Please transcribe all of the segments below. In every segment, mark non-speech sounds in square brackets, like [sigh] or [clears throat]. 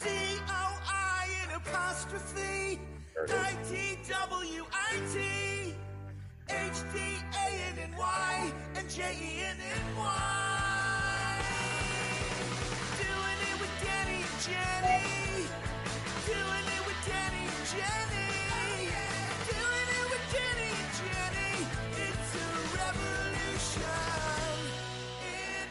D-O-I and apostrophe I-T-W-I-T H-D-A-N-N-Y and J-E-N-N-Y Doing it with Danny and Jenny Doing it with Danny and Jenny Doing it with Danny and Jenny It's a revolution in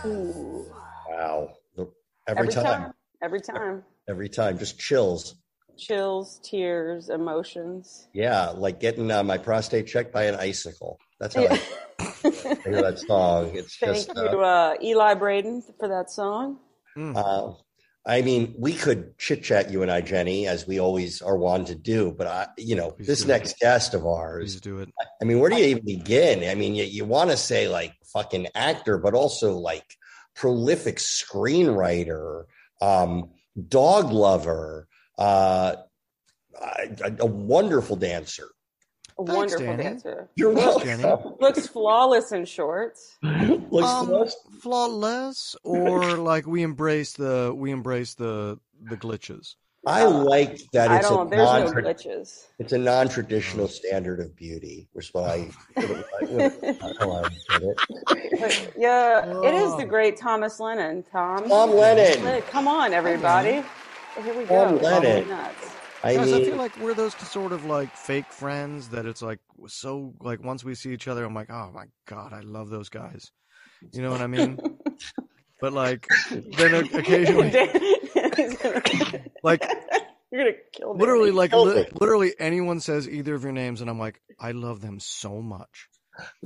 podcast Ooh. Wow. The- Every, time. Every time. Every time. Just chills. Chills, tears, emotions. Yeah. Like getting uh, my prostate checked by an icicle. That's how [laughs] I hear that song. It's Thank just, you, uh, uh, Eli Braden, for that song. uh, I mean, we could chit chat, you and I, Jenny, as we always are wont to do. But, I, you know, Please this do. next guest of Please ours, do it. I mean, where do you even begin? I mean, you, you want to say like fucking actor, but also like prolific screenwriter, um, dog lover, uh, a, a- a wonderful dancer. A Thanks, wonderful Danny. dancer. You're Thanks, [laughs] welcome. Looks flawless in shorts. Looks Um, lost. flawless, [laughs] or like we embrace the we embrace the the glitches. I like that uh, I it's a don't. There's no Oh. non glitches. it's a non traditional standard of beauty. Which is why [laughs] I, how I put it. But, yeah, it is the Oh. great Thomas Lennon. Tom. Tom Lennon. Lennon, Come on, everybody. Here we go. Tom Lennon. Nuts. I Guys, I mean, feel like we're those sort of like fake friends that it's like so like once we see each other, I'm like, oh my god, I love those guys. You know what [laughs] I mean? but like then o- occasionally, like [laughs] You're gonna kill. literally, Danny. like Killed li- it. literally anyone says either of your names, and I'm like, I love them so much.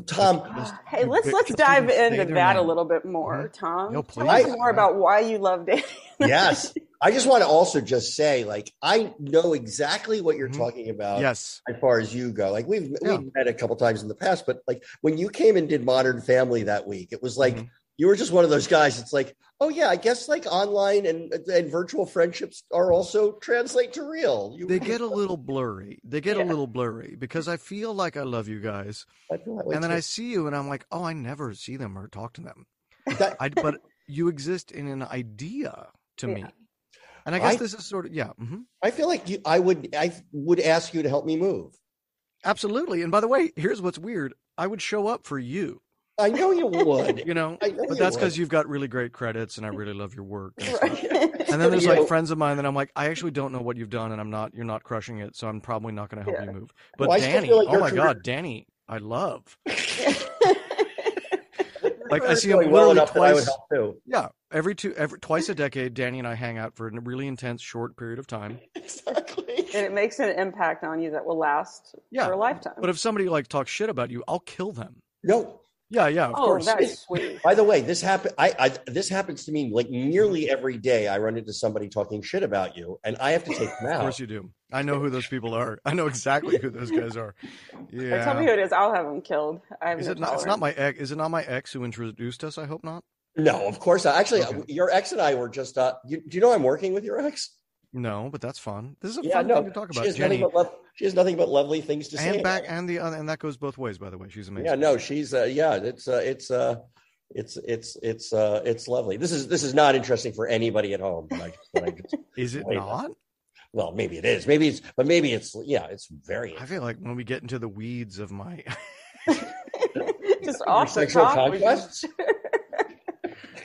Tom. [sighs] Hey, let's Just let's even dive say into their that a name. little bit more, Tom. No, Tell us please. more about why you love Danny. Yes, I just want to also just say like I know exactly what you're Mhm. talking Uh, about. Yes. as far as you go. Like we've Yeah. we've met a couple times in the past, but like when you came and did Modern Family that week, it was like Mhm. you were just one of those guys. It's like, oh yeah, I guess like online and and virtual friendships are also translate to real. You, They get a little blurry. They get Yeah. a little blurry because I feel like I love you guys, I feel that way and then too. I see you, and I'm like, oh, I never see them or talk to them. That- I, but you exist in an idea to Yeah. me, and I guess I- this is sort of yeah, mhm. I feel like you, I would I would ask you to help me move. absolutely. And by the way, here's what's weird: I would show up for you, I know [laughs] you would. you know, I know but you that's would. because you've got really great credits, and I really love your work. And stuff. [laughs] [laughs] Right. And then there's You know- like friends of mine that I'm like, I actually don't know what you've done, and I'm not, you're not crushing it, so I'm probably not going to help Yeah. you move. But Well, I still Danny, feel like oh your my career- god, Danny, I love. Like I You're see him doing literally that I would twice- help too. Yeah, every two, every twice a Mm-hmm. decade, Danny and I hang out for a really intense, short period of time. Exactly. and it makes an impact on you that will last Yeah, for a lifetime. But if somebody like talks shit about you, I'll kill them. No, Yeah, yeah, of oh, course. that's [laughs] sweet. By the way, this happen. I, I this happens to me like nearly every day. I run into somebody talking shit about you, and I have to take them Of course out. you do. I know who those people are. I know exactly who those [laughs] guys are. Or Tell me who Yeah. it is. I'll have him killed. I have Is no it not? It's not tolerance. my ex. Is it not my ex who introduced us? I hope not. No, of course. Not. Actually, Okay. your ex and I were just. Uh, you, do you know I'm working with your ex? No, but that's fun. This is a Yeah, fun no. thing to talk She about, has Jenny. nothing but lov- she has nothing but lovely things to say. And back about and the other, and that goes both ways. By the way, she's it. amazing. yeah, no, she's. Uh, yeah, it's. Uh, it's. Uh, it's. It's. It's. Uh, it's lovely. This is. This is not interesting for anybody at home. But I just, but I just, Is it Wait. not? well, maybe it is. Maybe it's. But maybe it's. Yeah, it's very. I feel like when we get into the weeds of my, [laughs] [laughs] just Your off the sexual top. we just- conquests?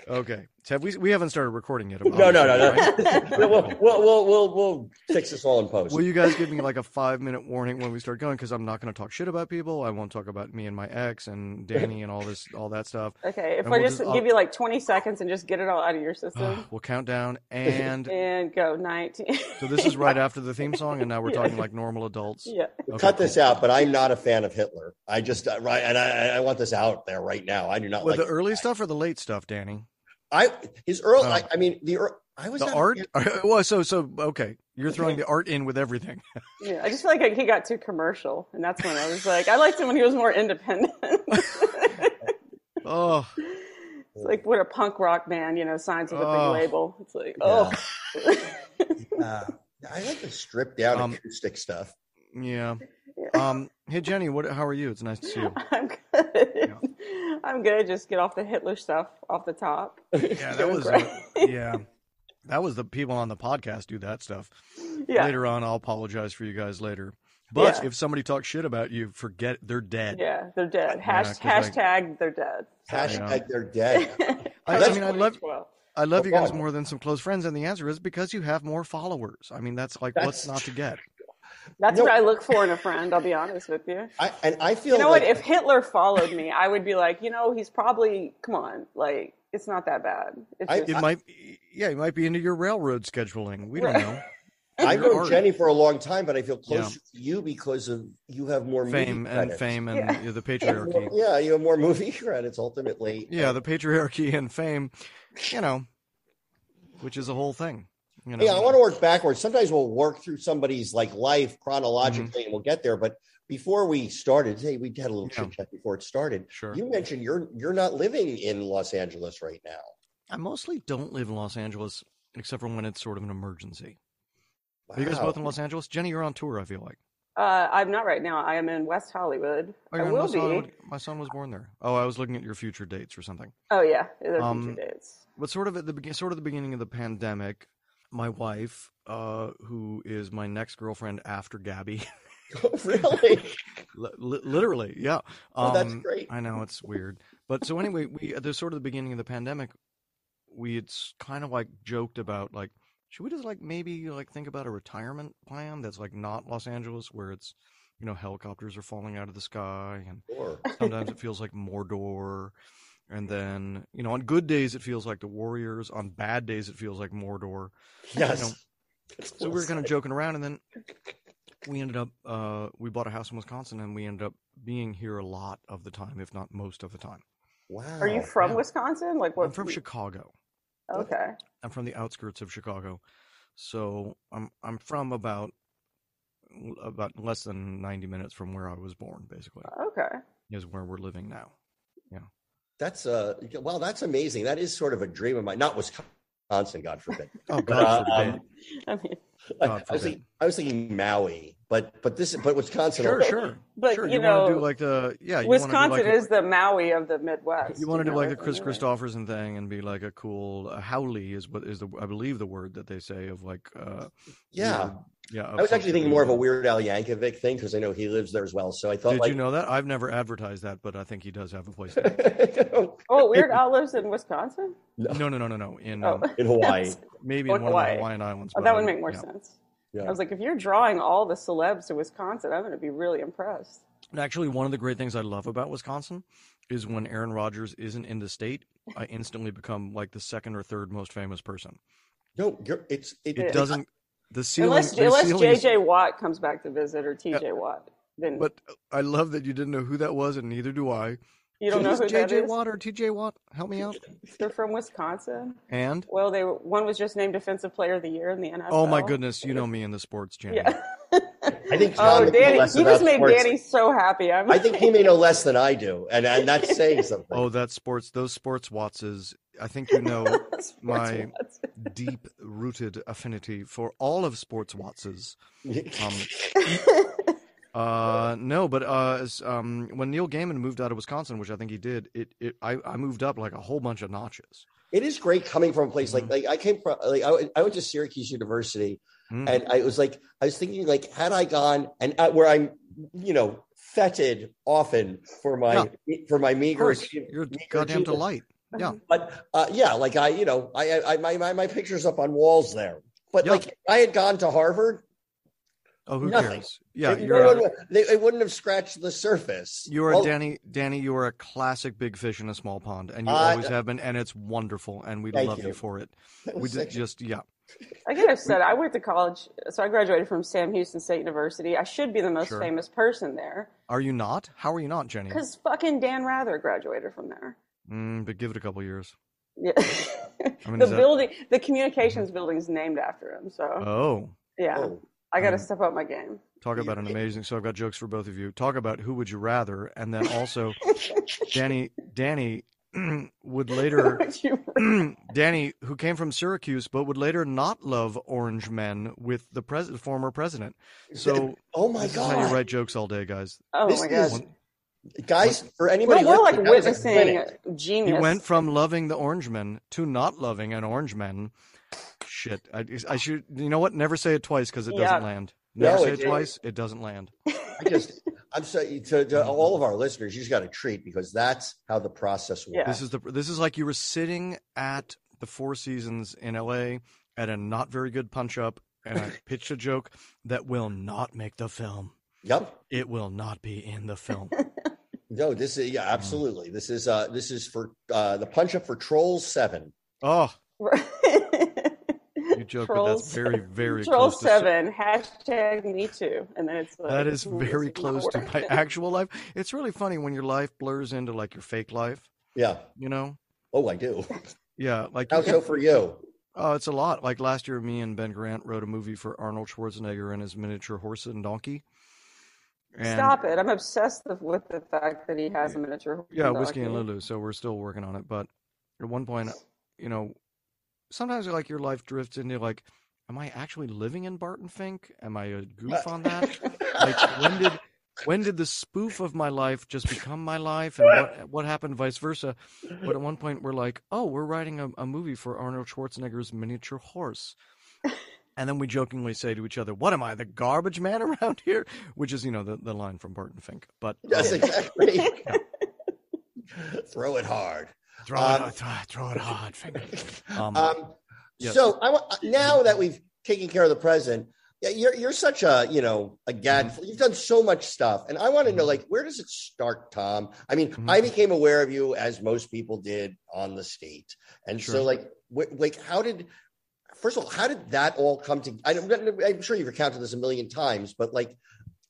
okay, so have we we haven't started recording yet. [laughs] No, no, no, obviously, right? [laughs] no. we'll, we'll, we'll, we'll, we'll fix this all in post. Will you guys give me like a five minute warning when we start going? Because I'm not going to talk shit about people. I won't talk about me and my ex and Danny and all this, all that [laughs] stuff. Okay, if And I we'll just just- uh, give you like 20 seconds and just get it all out of your [sighs] system we'll count down, [laughs] and and go [laughs] 19. so this is right after the theme song, and now we're talking like normal [laughs] adults. yeah. Okay, Cut this out, but I'm not a fan of Hitler. I just uh, right, and I, I want this out there right now. I do not Well, like the early stuff or the late stuff, Danny? I his early. Oh. I, I mean, the ear- I was The not art? [laughs] aware- Well, so so okay. You're [laughs] throwing the art in with everything. Yeah, I just feel like he got too commercial, and that's when I was like, I liked him when he was more independent. [laughs] it's Oh, like what a punk rock band, you know, signs with a Oh. big label. It's like, Yeah. oh, Uh, I like the stripped down Um, acoustic stuff. yeah. Yeah. Um. Hey Jenny, what? How are you? It's nice to see you. [laughs] I'm good. [laughs] I'm good. Just get off the Hitler stuff off the top. [laughs] Yeah, that Doing was. great. uh, [laughs] yeah, that was the people on the podcast do that stuff. yeah, Later on, I'll apologize for you guys later. But Yeah. if somebody talks shit about you, forget they're dead. yeah, they're dead. Yeah, Hash, 'cause, like- hashtag, they're dead. Hashtag they're dead. I, I That's Oh, mean, I love 2012. I love you guys Obama. more than some close friends, and the answer is because you have more followers. I mean, that's like what's That's not [laughs] to get. That's No. what I look for in a friend. I'll be honest with you. I, and I feel You know like what? If Hitler followed me, I would be like, you know, he's probably come on, like it's not that bad. It's I- just, It might, be, yeah, it might be into your railroad scheduling. We don't Right. [laughs] know I've known art. Jenny for a long time, but I feel closer to you because of you have more movie fame and credits. fame and Yeah. you know, the You have more- patriarchy. [laughs] yeah, you have more movie [laughs] credits ultimately. Yeah, the patriarchy and fame, you know, which is a whole thing. You know, Yeah, I want to work backwards. Sometimes we'll work through somebody's like life chronologically, Mm-hmm. and we'll get there. But before we started, hey, we had a little Yeah. chit chat before it started. Sure. You mentioned you're you're not living in Los Angeles right now. I mostly don't live in Los Angeles except for when it's sort of an emergency. Are you guys Wow. both in Los Angeles? Jenny, you're on tour. I feel like. uh, I'm not right now. I am in West Hollywood. Oh, I you're in will Los be. Hollywood? My son was born there. Oh, I was looking at your future dates or something. Oh yeah, they're future Um, dates. but sort of at the begin, sort of the beginning of the pandemic, my wife, uh, who is my next girlfriend after Gabby, [laughs] [laughs] really? li- li- literally, yeah. Oh, that's great. Um, I know it's weird, but so anyway, we at the sort of the beginning of the pandemic, we had s- kind of like joked about like, should we just like maybe like think about a retirement plan that's like not Los Angeles where it's, you know, helicopters are falling out of the sky and Sure. Sometimes it feels like Mordor. And then, you know, on good days, it feels like the Warriors. On bad days, it feels like Mordor. Yes. You know, So we were kind of joking around. And then we ended up, uh, we bought a house in Wisconsin and we ended up being here a lot of the time, if not most of the time. wow. Are you from oh, yeah. Wisconsin? Like what? I'm from Chicago. Okay. I'm from the outskirts of Chicago. So I'm, I'm from about, about less than 90 minutes from where I was born, basically, Okay. is where we're living now. That's uh well, that's amazing. That is sort of a dream of mine. Not Wisconsin, God forbid. Oh, uh, God forbid. um, Uh, I mean, I, I God was forbid. thinking, I was thinking Maui, but but this but Wisconsin. Sure, sure. [laughs] But, sure. you wanna do know, like the yeah, you wanna do Wisconsin like a- is the Maui of the Midwest. you want to do know, like the it's Chris amazing. Christopherson thing and be like a cool uh, howley is what is the I believe the word that they say of like uh Yeah. weird- yeah of I was actually something thinking more of a weird. Weird Al Yankovic thing because I know he lives there as well. So I thought, Did like, you know that? I've never advertised that, but I think he does have [laughs] a place. there. Oh, Weird Al lives in Wisconsin. no, no, no, no, no. In Oh. um, [laughs] in Hawaii. Yes. [laughs] maybe Or in one of the Hawaii. Hawaiian islands. Oh, but that I would don't- make more yeah. sense. Yeah. I was like, if you're drawing all the celebs to Wisconsin, I'm going to be really impressed. And actually, one of the great things I love about Wisconsin is when Aaron Rodgers isn't in the state, I instantly become like the second or third most famous person. No, you're, it's it, It Yeah. doesn't. The ceiling, Unless the unless ceiling is- JJ Watt comes back to visit or TJ Watt, then But I love that you didn't know who that was, and neither do I. you don't know Who's who that JJ is. Watt or TJ Watt? Help me out. They're from Wisconsin. And Well, they were- one was just named Defensive Player of the Year in the NFL. oh my goodness, you know me in the sports channel. Yeah. I think Tom Oh, would know Danny, you less just about made sports. Danny so happy. I'm I think he may know less than I do, and [laughs] and that's saying something. Oh, that sports. Those sports Wattses. I think [laughs] you know my deep rooted affinity for all of sports Wattses. [laughs] Um, uh, no, but uh, as, um, when Neil Gaiman moved out of Wisconsin, which I think he did, it, it I, I moved up like a whole bunch of notches. it is great coming from a place Mm-hmm. like like I came from like I, went- I went to Syracuse University, Mm. and I was like I was thinking like had I gone and uh, where I'm you know feted often for my for my Of meager course, achievement. you're a meager goddamn achievement. delight. Yeah. but uh, yeah, like I, you know, I, I, I my, my, my pictures up on walls there. But Yeah. like, if I had gone to Harvard. Oh, who Nothing. cares? Yeah, it, you're a- wouldn't, they, it wouldn't have scratched the surface. Oh, You are All- Danny. Danny, you are a classic big fish in a small pond, and you Uh, always have been, and it's wonderful, and we Thank love you. you. for it. [laughs] that We was did such- just, yeah, I get upset. I went to college, so I graduated from Sam Houston State University. I should be the most Sure. famous person there Are you not? How are you not, Jenny? because fucking Dan Rather graduated from there. Mm, but give it a couple years. Yeah. [laughs] I mean, the is that- building, the communications building is named after him. So Oh, yeah, Oh, I got to um, step up my game. talk about an amazing. So I've got jokes for both of you. Talk about who would you rather, and then [laughs] also Danny. Danny [clears throat] [laughs] would later. [laughs] [clears throat] Would you- Danny, who came from Syracuse but would later not love orange men with the pres- former president. So oh my this is how god! you write jokes all day, guys. oh this my is god, guys for anybody. we're, we're like listening, that was a witnessing clinic. He genius. went [laughs] from loving the orange men to not loving an orange man. Shit, I, I should. You know what? Never say it twice because it doesn't Yeah. land. Never No, say it it didn't. twice. It doesn't land. I just, I'm sorry to, to all of our listeners. You just got a treat because that's how the process works. Yeah. This is the. This is like you were sitting at the Four Seasons in L.A. at a not very good punch up, and [laughs] I pitched a joke that will not make the film. Yep. It will not be in [laughs] the film. No, this is yeah, absolutely. This is uh, this is for uh, the punch up for Trolls Seven. Oh, you you joke, but that's very, very Troll close. seven hashtag me too, and then it's To, like, that is hmm, this very not close to my [laughs] working. actual life. It's really funny when your life blurs into like your fake life. Yeah. You know? Oh, I do. Yeah, like How so for you? oh, it's a lot. Like last year, me and Ben Grant wrote a movie for Arnold Schwarzenegger and his miniature horse and donkey. And, Stop it! I'm obsessed with- with the fact that he has a miniature. Yeah, whiskey and donkey. Lulu. So we're still working on it, but at one point, you know, sometimes like your life drifts into like, am I actually living in Barton Fink? Am I a goof on that? like when did when did the spoof of my life just become my life and what, what happened vice versa but at one point we're like oh we're writing a, a movie for arnold schwarzenegger's miniature horse and then we jokingly say to each other what am i the garbage man [laughs] around here which is you know the, the line from barton fink but Yes, um, exactly. [laughs] Throw it hard. throw, Um, it, throw, it- throw it hard finger [laughs] um, Um, yes. So I wa- uh, now that we've taken care of the president, yeah, you're you're such a you know a gad. Mm-hmm. You've done so much stuff, and I want to know like where does it start, Tom? I mean, Mhm. I became aware of you as most people did on the state, and so Sure. like wh- like how did first of all how did that all come to? I don't, I'm sure you've recounted this a million times, but like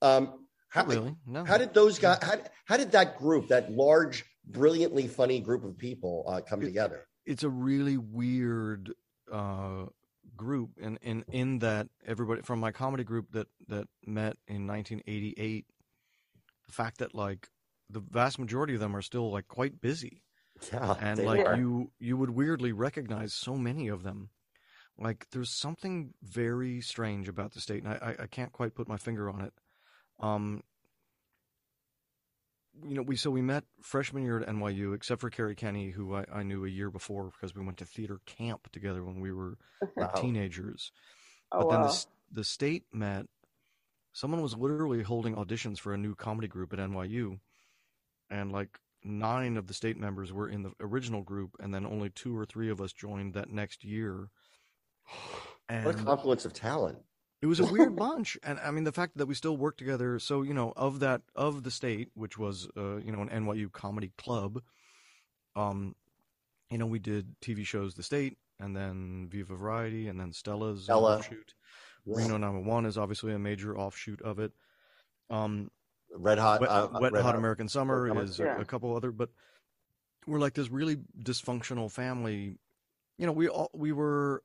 um, how not really no how did those guys how, how did that group that large brilliantly funny group of people uh, come It- together? it's a really weird uh, group and in, in, in that everybody from my comedy group that that met in 1988 the fact that like the vast majority of them are still like quite busy Yeah, and Oh, they like were. you you would weirdly recognize so many of them like there's something very strange about the state and i i, I can't quite put my finger on it um you know, we so we met freshman year at NYU, except for Carrie Kenny, who I, I knew a year before because we went to theater camp together when we were Wow. teenagers. Oh but then the, wow! s- the state met. Someone was literally holding auditions for a new comedy group at NYU, and like nine of the state members were in the original group, and then only two or three of us joined that next year. [sighs] What a And confluence of talent. it was a [laughs] weird bunch, and I mean the fact that we still work together. So you know, of that of the state, which was uh, you know an NYU comedy club, um, you know we did TV shows, the state, and then Viva Variety, and then Stella's an Stella. offshoot. Reno 911 is obviously a major offshoot of it. Um, Red Hot, Wet, uh, Wet Red Hot American Summer Summer, is a, yeah. a couple other, but we're like this really dysfunctional family. You know, we all we were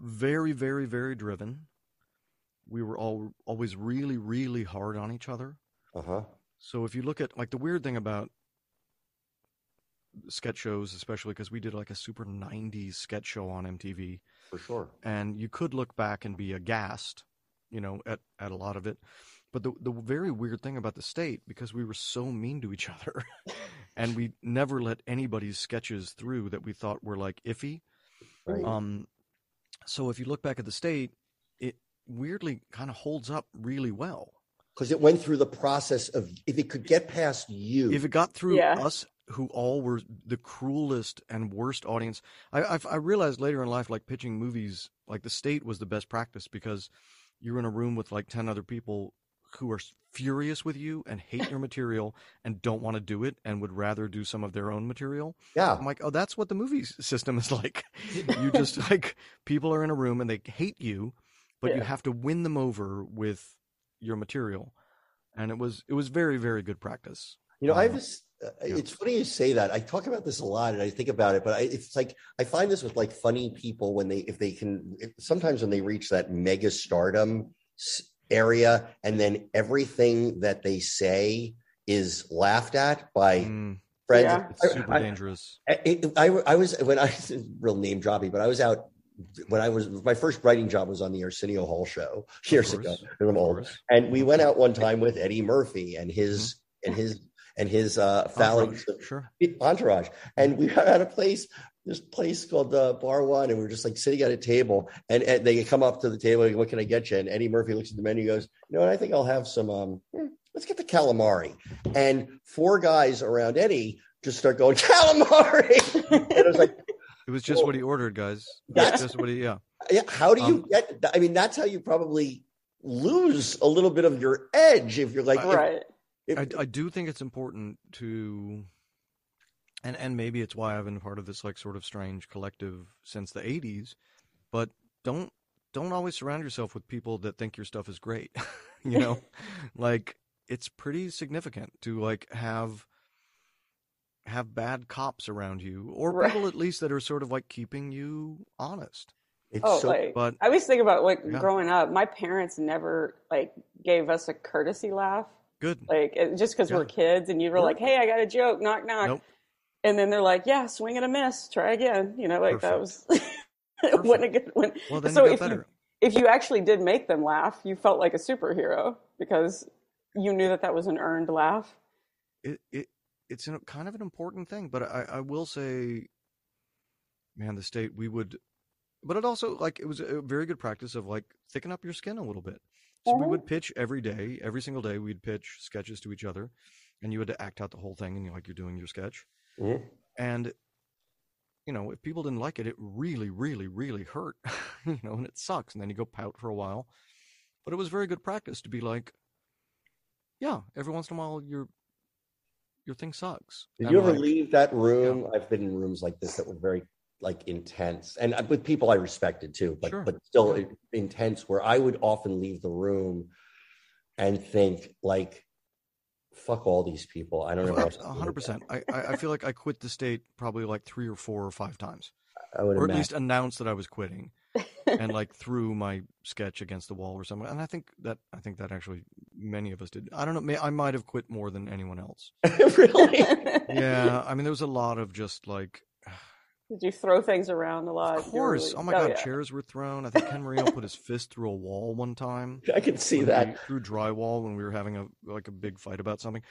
very, very, very driven. We were all always really, really hard on each other. Uh-huh. So if you look at like the weird thing about sketch shows, especially because we did like a super '90s sketch show on MTV, For sure. and you could look back and be aghast, you know, at, at a lot of it. But the the very weird thing about the state, because we were so mean to each [laughs] other, and we never let anybody's sketches through that we thought were like iffy. Right. Um, so if you look back at the state, it weirdly kind of holds up really well. Because it went through the process of if it could get past you. If it got through Yeah. us, who all were the cruelest and worst audience, I, I, I realized later in life, like pitching movies, like the state was the best practice because you're in a room with like 10 other people who are furious with you and hate your material and don't want to do it and would rather do some of their own material. yeah. I'm like, oh, that's what the movie s- system is [laughs] like. [laughs] you just like people are in a room and they hate you, but you Yeah. have to win them over with your material. And it was it was very very good practice. You know, I have Um, this Uh, Yeah. It's funny you say that. I talk about this a lot, and I think about it. But I, it's like I find this with like funny people when they, if they can, if, sometimes when they reach that mega stardom s- area, and then everything that they say is laughed at by Mm, friends. Yeah. it's super I- I- dangerous. I, I, I was when I [laughs] this is real name droppy, but I was out when I was my first writing job was on the Arsenio Hall show years Of ago. course, And I'm of old, course. and we went out one time with Eddie Murphy and his and his and his uh, phalanx Mm-hmm. Entourage, Um, Sure. entourage, and we [laughs] were at a place. This place called uh, Bar One, and we were just like sitting at a table, and, and they come up to the table, like, "What can I get you?" And Eddie Murphy looks at the menu, and goes, "You know, what? I think I'll have some. um hmm, Let's get the calamari." And four guys around Eddie just start going [laughs] calamari. and I was like, It was just what he ordered, guys. Yes. That's just what he. Yeah. Yeah, how do you Um, get? I mean, that's how you probably lose a little bit of your edge if you're like, if- right. if- I, I do think it's important to and and maybe it's why I've been part of this like sort of strange collective since the 80s but don't don't always surround yourself with people that think your stuff is great [laughs] [laughs] you know like it's pretty significant to like have have bad cops around you or Right. people at least that are sort of like keeping you honest it's Oh, so like but I always think about like Yeah. growing up. My parents never like gave us a courtesy laugh, good like it, just because we're Yeah. kids, and you were Sure. like, "Hey, I got a joke, knock knock," Nope. and then they're like, "Yeah, swing and a miss, try again." You know, like that was [laughs] it wasn't a good one. well then so you if got better if you actually did make them laugh, you felt like a superhero because you knew that that was an earned laugh. it, it it's an, kind of an important thing but I, I will say man the state we would but it also like it was a very good practice of like thicken up your skin a little bit so we Mhm. would pitch every day every single day we'd pitch sketches to each other and you had to act out the whole thing and you're like you're doing your sketch Mhm. and you know if people didn't like it it really really really hurt [laughs] you know and it sucks and then you go pout for a while but it was very good practice to be like yeah every once in a while your your thing sucks Did And, you ever like, leave that room? I've been in rooms like this that were very like intense, and uh, with people I respected too, but Sure. but still Yeah. intense. Where I would often leave the room and think like, "Fuck all these people." I don't know. what A I'm hundred doing. percent. I, I I feel like I quit the state probably like three or four or five times, I would or at imagine. least announced that I was [laughs] quitting, and like threw my sketch against the wall or something. And I think that I think that actually many of us did. I don't know. May, I might have quit more than anyone else. [laughs] really. [laughs] [laughs] Yeah. I mean, there was a lot of just like, Did you throw things around a lot? of You were course. really- Oh my oh, god, yeah. chairs were thrown. I think [laughs] Ken Marino put his fist through a wall one time. I can see when that. we- through drywall when we were having a like a big fight about something.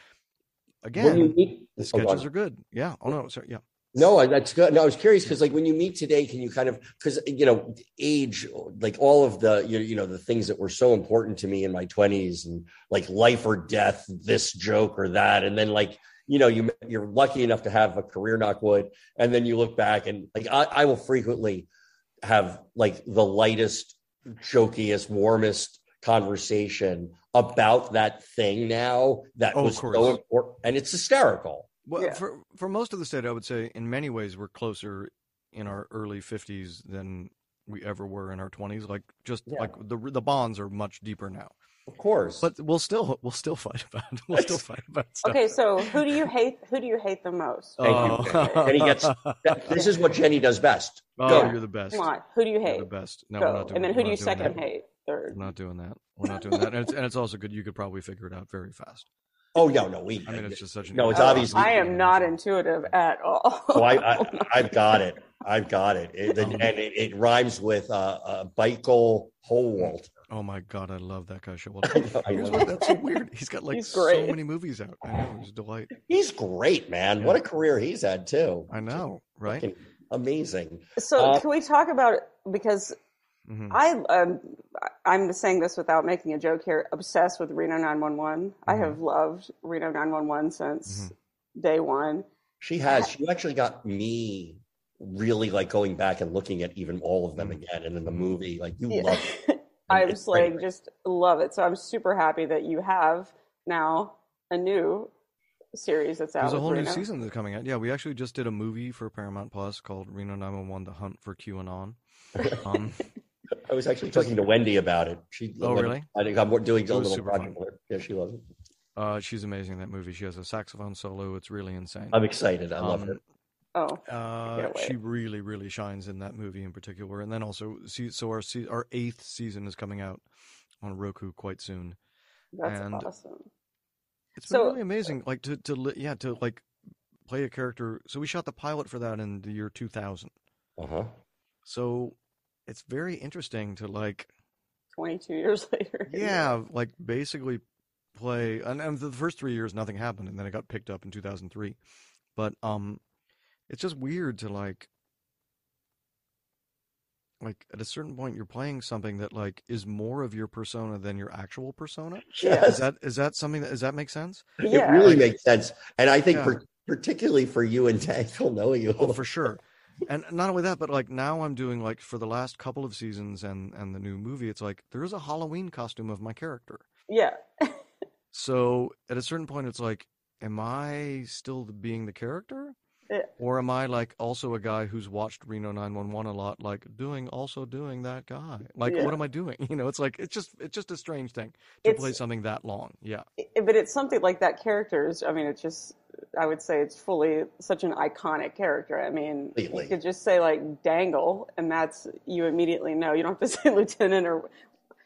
When you Again, meet- the Hold on. sketches are good. Yeah. Oh no. Sorry. Yeah. No, I- that's good. No, I was curious because, like, when you meet today, can you kind of because you know age, like all of the you, you know the things that were so important to me in my twenties and like life or death, this joke or that, and then like you know you you're lucky enough to have a career knock wood, and then you look back and like I, I will frequently have like the lightest, jokiest, warmest conversation about that thing now that Oh, of was so course. important, and it's hysterical. Well, Yeah. for for most of the state, I would say in many ways we're closer in our early fifties than we ever were in our twenties. Like just Yeah. like the the bonds are much deeper now. Of course, But we'll still we'll still [laughs] fight about we'll still fight about stuff. Okay, so who do you hate? Who do you hate the most? Thank you. Oh. And he gets- That- this is what Jenny does best. oh, Go. you're the best. Come on, who do you You're hate? the best. No, we're Go. not doing. and then we're who do not you doing second that. hate? We're Third. not doing that. We're not doing that. And it's, and it's also good. You could probably figure it out very fast. Oh no, no, we. I [laughs] mean, [laughs] it's just such an. No, it's Oh, obviously- I am not intuitive at all. oh, I, I, I've got it. I've got it. it Um, and it, it rhymes with uh, uh, Michael Holwalt. Oh my god, I love that guy. Show. know, [laughs] I Here's love why that's so weird. He's got like He's so great. many movies out. I know. He's a delight. He's great, man. What a career he's had too. I know, right? Fucking Amazing. [laughs] so Uh, can we talk about because Mhm. I um, I'm saying this without making a joke here. Obsessed with Reno 911. I Mhm. have loved Reno 911 since Mm-hmm. day one. She has. She actually got me really like going back and looking at even all of them Hmm. again, and then the movie. Like you Yeah. love. It. [laughs] I And was it's great. like, just love it. So I'm super happy that you have now a new series that's out. There's a with whole new Reno. season that's coming out. Yeah, we actually just did a movie for Paramount Plus called Reno 911: The Hunt [laughs] for QAnon. Um, I was actually talking to Wendy about it. She. Oh, really? I think I'm doing a was little super project. with her. Yeah, she loves it. Uh, she's amazing in that movie. She has a saxophone solo. It's really insane. I'm excited. I love Um, her. Oh, Uh, can't wait. she really, really shines in that movie in particular. And then also, see, so our se- our eighth season is coming out on Roku quite soon. that's and- awesome. It's been So- really amazing, like to to li- yeah to like play a character. So we shot the pilot for that in the year 2000. Uh-huh. So it's very interesting to like 22 [laughs] years later. yeah like basically play and, and the first three years nothing happened and then it got picked up in 2003 but um it's just weird to like like at a certain point you're playing something that like is more of your persona than your actual persona is Yes. that is that something that does that make sense Yeah. It really makes sense. And I think Yeah. par- particularly for you and Daniel, knowing you. oh for sure and not only that but like now i'm doing like for the last couple of seasons and and the new movie it's like there is a halloween costume of my character yeah. So at a certain point, it's like, am I still the, being the character? Yeah. Or am I like also a guy who's watched Reno 911 a lot, like doing also doing that guy? Like, Yeah. what am I doing? [laughs] You know, it's like it's just it's just a strange thing to play It's- something that long. Yeah, I- But it's something like that character is, I mean, it's just, I would say it's fully such an iconic character. I mean, Completely. you could just say like dangle and that's, you immediately know. You don't have to [laughs] say lieutenant or,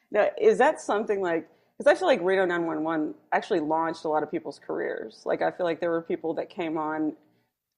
now, is that something like, because I feel like Reno 911 actually launched a lot of people's careers. Like, I feel like there were people that came on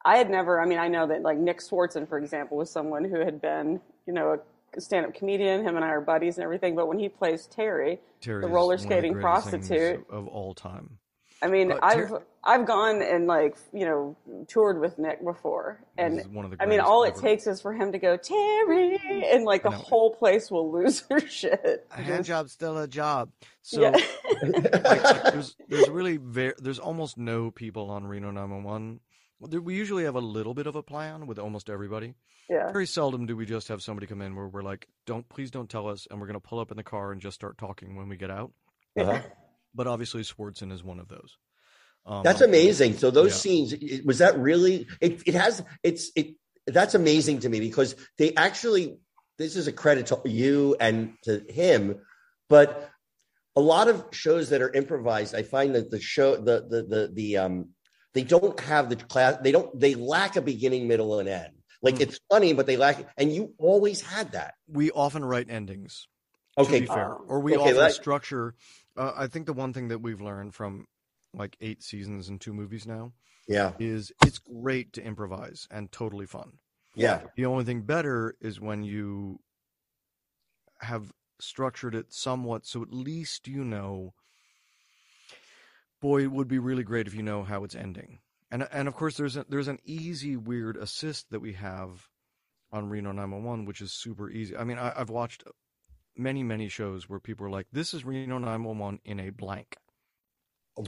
I had never, I mean, I know that like Nick Swartzen, for example, was someone who had been, you know, a stand up comedian. Him and I are buddies and everything. But when he plays Terry, Terry the is roller one of skating greatest things prostitute, of all time. I mean, Uh, Ter- I've, I've gone and like, you know, toured with Nick before. He's And one of the I mean, greatest all it ever. takes is for him to go, Terry, and like the know. whole place will lose [laughs] their shit. A hand job's still a job. So Mm-hmm. Yeah. [laughs] [laughs] there's [laughs] there's really ver- there's almost no people on Reno 911. Well, there- We usually have a little bit of a plan with almost everybody. yeah. Very seldom do we just have somebody come in where we're like, "Don't please don't tell us," and we're going to pull up in the car and just start talking when we get out. Uh-huh. But obviously, Swartzen is one of those. Um, That's amazing. So those Yeah. scenes it- was that really it, it has it's it that's amazing to me because they actually this is a credit to you and to him, but a lot of shows that are improvised, I find that the show the the the the um they don't have the class they don't they lack a beginning, middle, and end. Like Hmm. it's funny, but they lack and you always had that. We often write endings. to Okay, be fair, Um, or we okay, often that- structure. Uh, I think the one thing that we've learned from like eight seasons and two movies now yeah, is it's great to improvise and totally fun. yeah, The only thing better is when you have structured it somewhat so at least you know boy it would be really great if you know how it's ending. And and of course there's a, there's an easy weird assist that we have on Reno 911 which is super easy. I mean I, I've watched many many shows where people are like this is Reno 911 in a blank.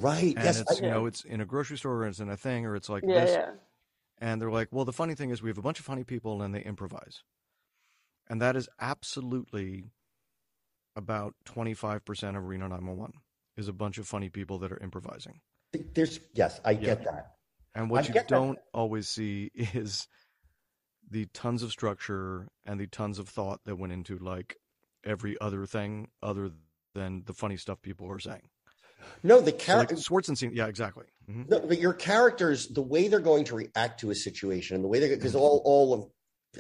right. And yes, it's I- you know it's in a grocery store or it's in a thing or it's like Yeah. this Yeah. and they're like, well, the funny thing is we have a bunch of funny people and they improvise. And that is absolutely about 25% of Reno 911 is a bunch of funny people that are improvising. there's yes, I Yeah. get that. And what I you get that. don't always see [laughs] is the tons of structure and the tons of thought that went into like every other thing other than the funny stuff people are saying. No, the So like character Swartzen scene, yeah, exactly. Mhm. No, but your characters, the way they're going to react to a situation, and the way they Mm-hmm. because all all of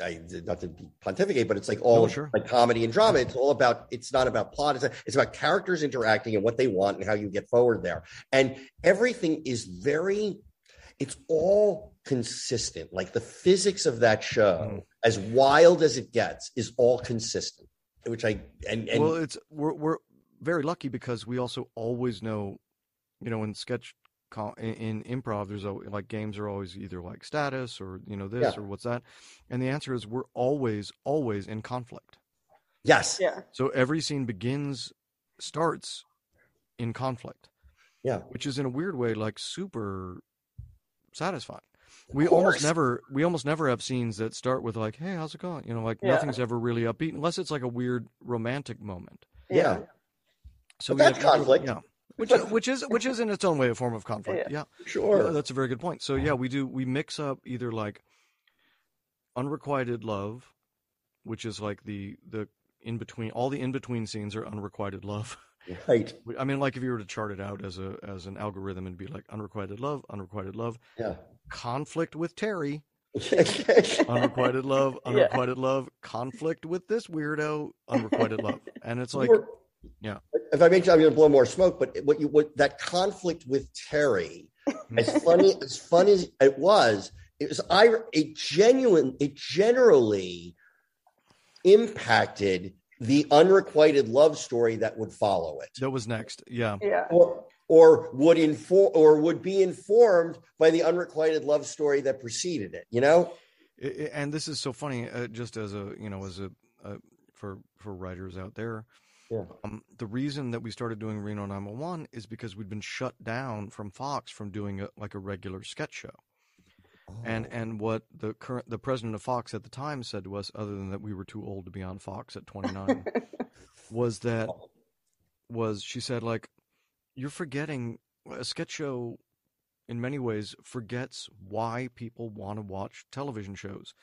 I not to pontificate, but it's like all No, of, sure. like comedy and drama. It's all about it's not about plot. It's, it's about characters interacting and what they want and how you get forward there. And everything is very, it's all consistent. Like the physics of that show, Mm-hmm. as wild as it gets, is all consistent. Which I and and well, it's we're we're very lucky because we also always know, you know, in sketch co- in, in improv, there's always, like games are always either like status or you know this Yeah. or what's that, and the answer is we're always always in conflict. yes, Yeah. So every scene begins, starts in conflict. Yeah. Which is in a weird way like super satisfying. We course. almost never we almost never have scenes that start with like, hey, how's it going? You know, like Yeah. nothing's ever really upbeat unless it's like a weird romantic moment. yeah. So But we that's have never- conflict. Yeah. Which, which is which is in its own way a form of conflict. Yeah. sure. Yeah, that's a very good point. So yeah, we do we mix up either like unrequited love, which is like the the in between all the in between scenes are unrequited love. [laughs] Right. I mean, like if you were to chart it out as a as an algorithm and be like unrequited love, unrequited love, Yeah. [laughs] conflict with Terry, unrequited love, Yeah. unrequited love, conflict with this weirdo, unrequited love, and it's like You're- yeah. If I may, I'm going to blow more smoke, but what you what that conflict with Terry, Hmm. as funny as fun as it was, it was I it genuine it generally impacted the unrequited love story that would follow it. that was next, yeah, Yeah. or, or would inform or would be informed by the unrequited love story that preceded it you know I- I- and this is so funny, uh, just as a you know as a, a for for writers out there. Yeah. Um, the reason that we started doing Reno 911 is because we'd been shut down from Fox from doing a, like a regular sketch show. and and what the current the president of Fox at the time said to us, other than that we were too old to be on Fox at 29, was that was she said like, you're forgetting a sketch show, in many ways forgets why people want to watch television shows,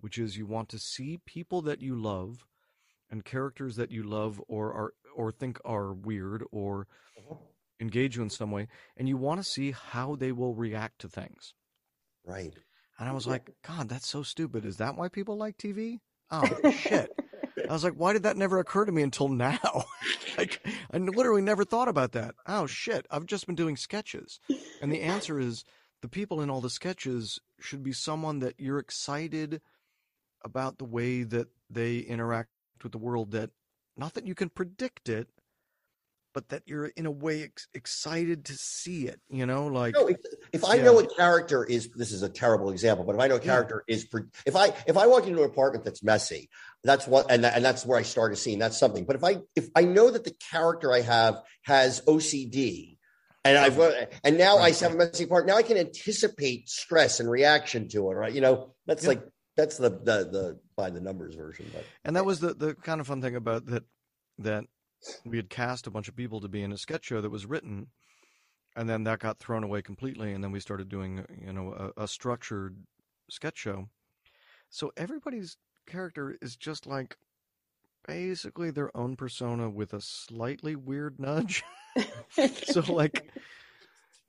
which is you want to see people that you love, and characters that you love or are or think are weird or Oh, engage you in some way, and you want to see how they will react to things. right And I was like, God, that's so stupid. Is that why people like TV? Oh, shit. I was like, why did that never occur to me until now? [laughs] like, I literally never thought about that. Oh, shit. I've just been doing sketches. And the answer is the people in all the sketches should be someone that you're excited about the way that they interact with the world, that not that you can predict it, but that you're in a way ex- excited to see it, you know? Like, no, if, if I Yeah. know a character is this is a terrible example, but if I know a Yeah. character is pre- if I if I walk into an apartment that's messy, that's what and that, and that's where I start a scene. That's something. But if I if I know that the character I have has OCD, and I've and now I Right. have a messy part, now I can anticipate stress and reaction to it. Right? You know, that's Yeah. like that's the the the by the numbers version. But And that was the, the kind of fun thing about that that we had cast a bunch of people to be in a sketch show that was written, and then that got thrown away completely, and then we started doing you know a, a structured sketch show. So everybody's character is just like basically their own persona with a slightly weird nudge. [laughs] so like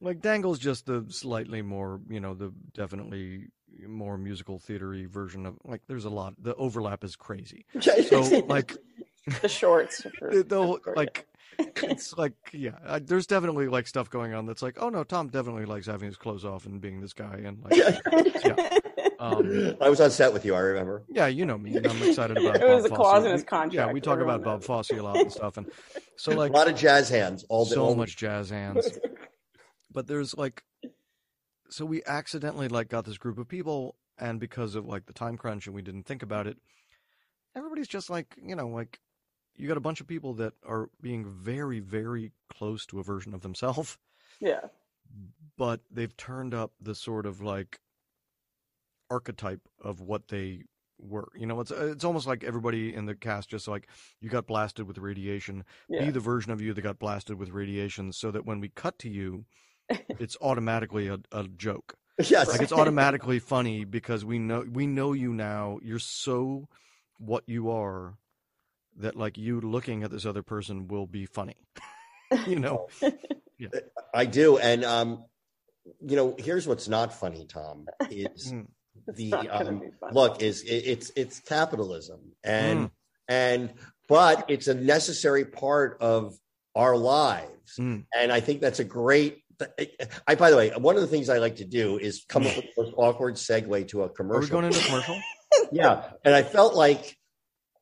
like Dangle's just the slightly more, you know, the definitely more musical theatery version of like there's a lot the overlap is crazy so like [laughs] the shorts. for- the, the whole- for- [laughs] like it's like yeah I, there's definitely like stuff going on that's like oh no tom definitely likes having his clothes off and being this guy [laughs] and like um [laughs] I was on set with you. I remember. yeah you know me and i'm excited about It bob was a Fosse. clause in his We- yeah contract, we talk everyone about bob knows. fosse a lot and stuff and [laughs] so like a lot of jazz hands all day. so all- much jazz hands but there's like so we accidentally like got this group of people and because of like the time crunch and we didn't think about it everybody's just like you know like you got a bunch of people that are being very very close to a version of themselves yeah. but they've turned up the sort of like archetype of what they were you know it's uh, it's almost like everybody in the cast just like you got blasted with radiation Yeah. be the version of you that got blasted with radiation so that when we cut [laughs] to you it's automatically a, a joke [laughs] Yes. like [laughs] it's automatically funny because we know we know you now you're so what you are that like you looking at this other person will be funny [laughs] you know I do, and um, you know, here's what's not funny, Tom, [laughs] is Mm. the not gonna um, be funny. look is it, it's it's capitalism, Hmm. and and but it's a necessary part of our lives, Mm. and I think that's a great. I by the way, one of the things I like to do is come up with the most awkward segue to a are Oh, we commercial. going into commercial [laughs] yeah, and I felt like,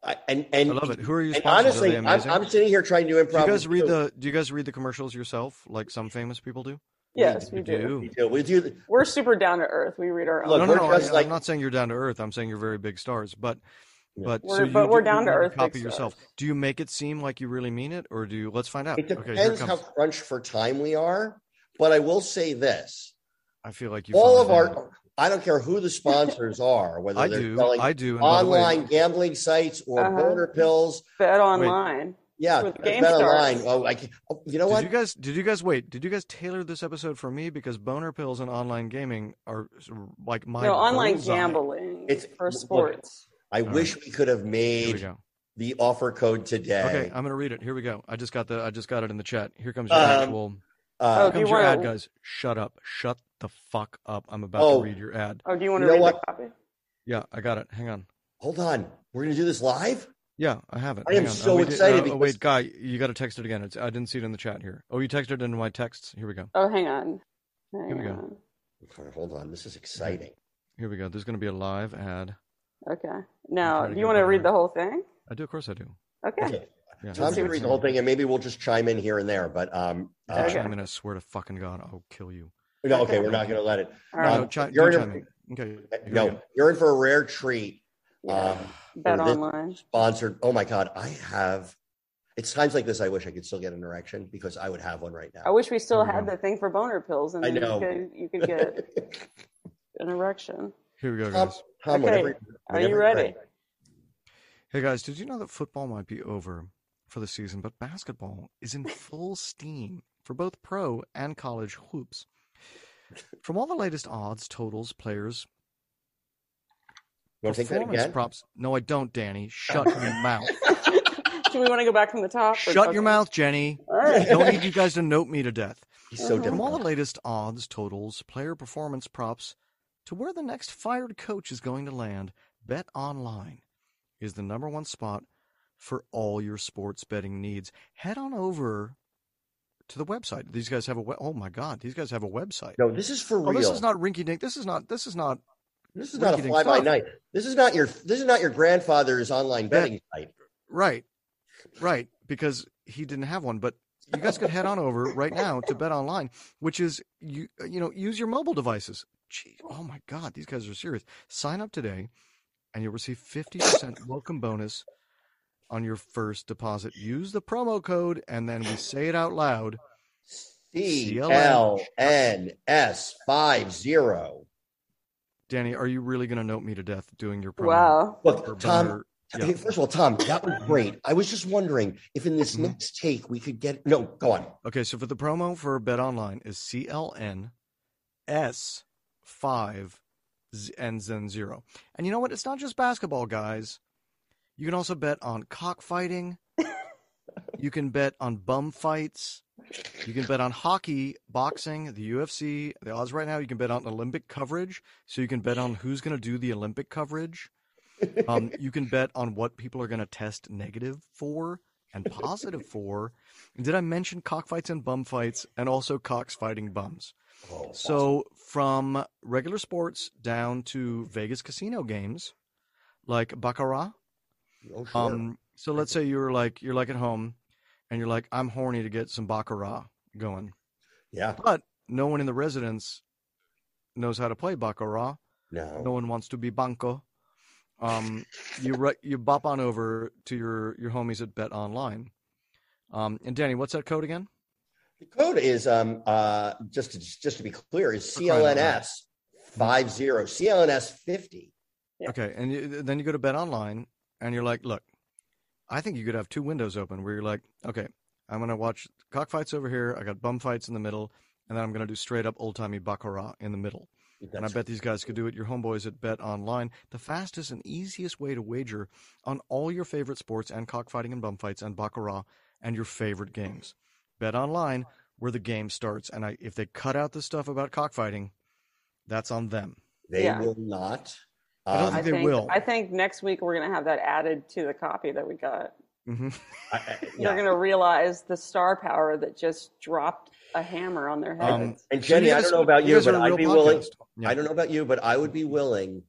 I, and i and love it who are your And sponsors are honestly, they I'm, amazing I'm sitting here trying to do improv. you guys read the do you guys read the commercials yourself like some famous people do Yes, we You do. We do. We do the- We're super down to earth. We read our own. Look, no, no, we're no. just I, like- am not saying you're down to earth. I'm saying you're very big stars, but Yeah. but We're- so you but we're do- down to you do earth Copy big yourself. stars. Do you make it seem like you really mean it, or do you? Let's find out. It okay, here it depends comes. how crunch for time we are, but I will say this: I feel like you. all finally of did it. our, I don't care who the sponsors [laughs] are, whether I they're do. selling I do. And by the way- online gambling sites or Uh-huh. boner pills. Bet online. Yeah, With bet GameStar. online. Oh, I can't- oh, you know did what? you guys? Did you guys wait? Did you guys tailor this episode for me because boner pills and online gaming are sort of like my no, online bullseye. gambling. It's- for look, sports. I All wish we could have Here we made go. the offer code Okay, uh, today. I'm gonna read it. Here we go. I just got the I just got it in the chat. Here comes your Um, actual Oh, Uh, here do you comes your wanna- ad, guys. Shut up. Shut the fuck up. I'm about Oh. to read your ad. Oh, do you want to You know read what? the copy? Yeah, I got it. Hang on. hold on. We're going to do this live? Yeah, I have it. I Hang am on. so we did- excited oh, because- wait, guy, you got to text it again. It's, I didn't see it in the chat here. Oh, you texted it in my texts. Here we go. Oh, hang on. Hang Here we go. on. Okay, Hold on. This is exciting. Here we go. There's going to be a live ad. Okay. Now, trying to do get you want to better. read the whole thing? I do, of course, I do. Okay. Okay. Yeah, Time to read the whole thing, and maybe we'll just chime in here and there. But um, uh, Okay. Okay. I'm going to swear to fucking God, I'll kill you. no, okay, we're not going to let it. All No, right. no, chi- do you're in a- chime in. Okay. here we No, go. you're in for a rare treat. Yeah. uh, Um, Bet or this- online. sponsored. Oh my God, I have. It's times like this. I wish I could still get an erection because I would have one right now. I wish we still There we had go. the thing for boner pills, and I then you know. could you could [laughs] get an erection. Here we go, Tom, guys. Tom, Okay, whenever- Are you whenever you're ready? Hey, guys, did you know that football might be over for the season, but basketball is [laughs] in full steam for both pro and college hoops? From all the latest odds, totals, players, You want to take that performance again? props. No, I don't, Danny. [laughs] Shut your mouth. [laughs] Do we want to go back from the top? or- Shut okay. your mouth, Jenny. All right. Don't need you guys to note me to death. He's so Mhm. From all the difficult. latest odds, totals, player performance props, to where the next fired coach is going to land, Bet Online is the number one spot for all your sports betting needs. Head on over to the website. These guys have a we- oh my god, these guys have a website. No, this is for Oh, real. this is not rinky dink. This is not. This is not. This is not a rinky-dink fly by stuff. night. This is not your. This is not your grandfather's online Bet- betting site. Right. Right. Because he didn't have one. But you guys could head on over right now to Bet Online, which is you you know, use your mobile devices. Gee, oh my God, these guys are serious. Sign up today and you'll receive 50% welcome bonus on your first deposit. Use the promo code and then we say it out loud. C L N S five zero. Danny, are you really gonna note me to death doing your promo? Wow. for Look, Tom, Boner? Yeah. Hey, First of all, Tom, that [laughs] was great. I was just wondering if in this Mhm. next take we could get no. Go on. Okay, so for the promo for Bet Online is CLN S five z- and then zero. And you know what? It's not just basketball, guys. You can also bet on cockfighting. you can bet on bum fights. You can bet on hockey, boxing, the UFC, the odds right now. You can bet on Olympic coverage. So you can bet on who's going to do the Olympic coverage. Um, you can bet on what people are going to test negative for and positive for. Did I mention cockfights and bum fights and also cocks fighting bums? Oh, So from regular sports down to Vegas casino games like baccarat. oh, sure. Um, so let's say you're like you're like at home and you're like I'm horny to get some baccarat going. yeah. But no one in the residence knows how to play baccarat. No. No one wants to be banco. Um, you re- you bop on over to your your homies at Bet Online. Um, and Danny, what's that code again? The code is um uh just to, just to be clear is For crying out loud. CLNS five zero CLNS fifty. Yeah. Okay, and you, then you go to Bet Online, and you're like, look, I think you could have two windows open where you're like, okay, I'm gonna watch cockfights over here. I got bum fights in the middle, and then I'm gonna do straight up old timey baccarat in the middle. and I bet these guys could do it. Your homeboys at Bet Online, the fastest and easiest way to wager on all your favorite sports and cockfighting and bum fights and baccarat and your favorite games. Bet Online, where the game starts. And I, if they cut out the stuff about cockfighting, that's on them. they Yeah. will not. I don't Um, think they will. I think next week we're gonna have that added to the copy that we got. hmm I- I- They're yeah. gonna realize the star power that just dropped a hammer on their Um, heads. and Jenny, I don't know about you, but I'd be willing. I don't know about you, but I would be willing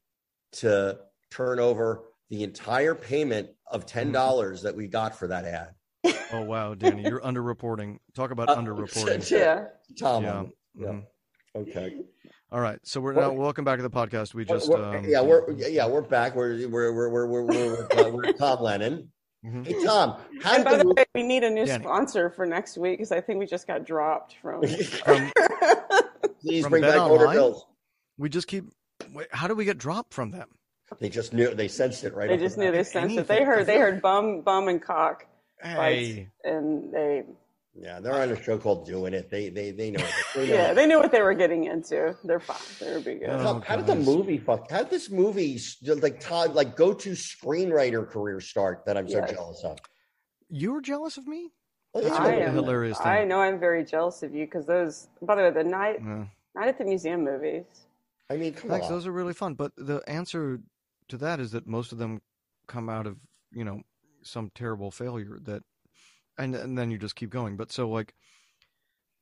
to turn over the entire payment of ten dollars that we got for that ad. Oh wow, Danny, you're underreporting. Talk [laughs] about Uh, underreporting. yeah. yeah. Tom, Yeah. um, yeah. mhm. okay. All right, so we're Well- now welcome back to the podcast. We just We're- um, yeah, we're yeah we're back. We're we're we're we're we're, we're, uh, we're Tom Lennon. mhm. Hey Tom, how And by did the the way, we need a new Danny. sponsor for next week because I think we just got dropped [laughs] from. [laughs] Um, Please From bring Bet back motor Online? bills. we just keep. Wait, how do we get dropped from them? They just knew. They sensed it right. They off the just knew bat. this sense that Anything. they heard. They heard bum, bum, and cock, Hey, and they Yeah, they're on a show called Doing It. They they they [laughs] know. Oh, They know Yeah, they knew what they were getting into. They're fine. They would be good. Yeah. How, how did the guys. movie fuck? How did this movie like Todd like go to screenwriter career start that I'm so Yes. jealous of? You were jealous of me? Well, That's yeah, what I a am- hilarious thing. I know I'm very jealous of you because those. By the way, the night Yeah. night at the museum movies. I mean, come Thanks. on. Those are really fun. But the answer to that is that most of them come out of, you know, some terrible failure that, and, and then you just keep going. But so, like,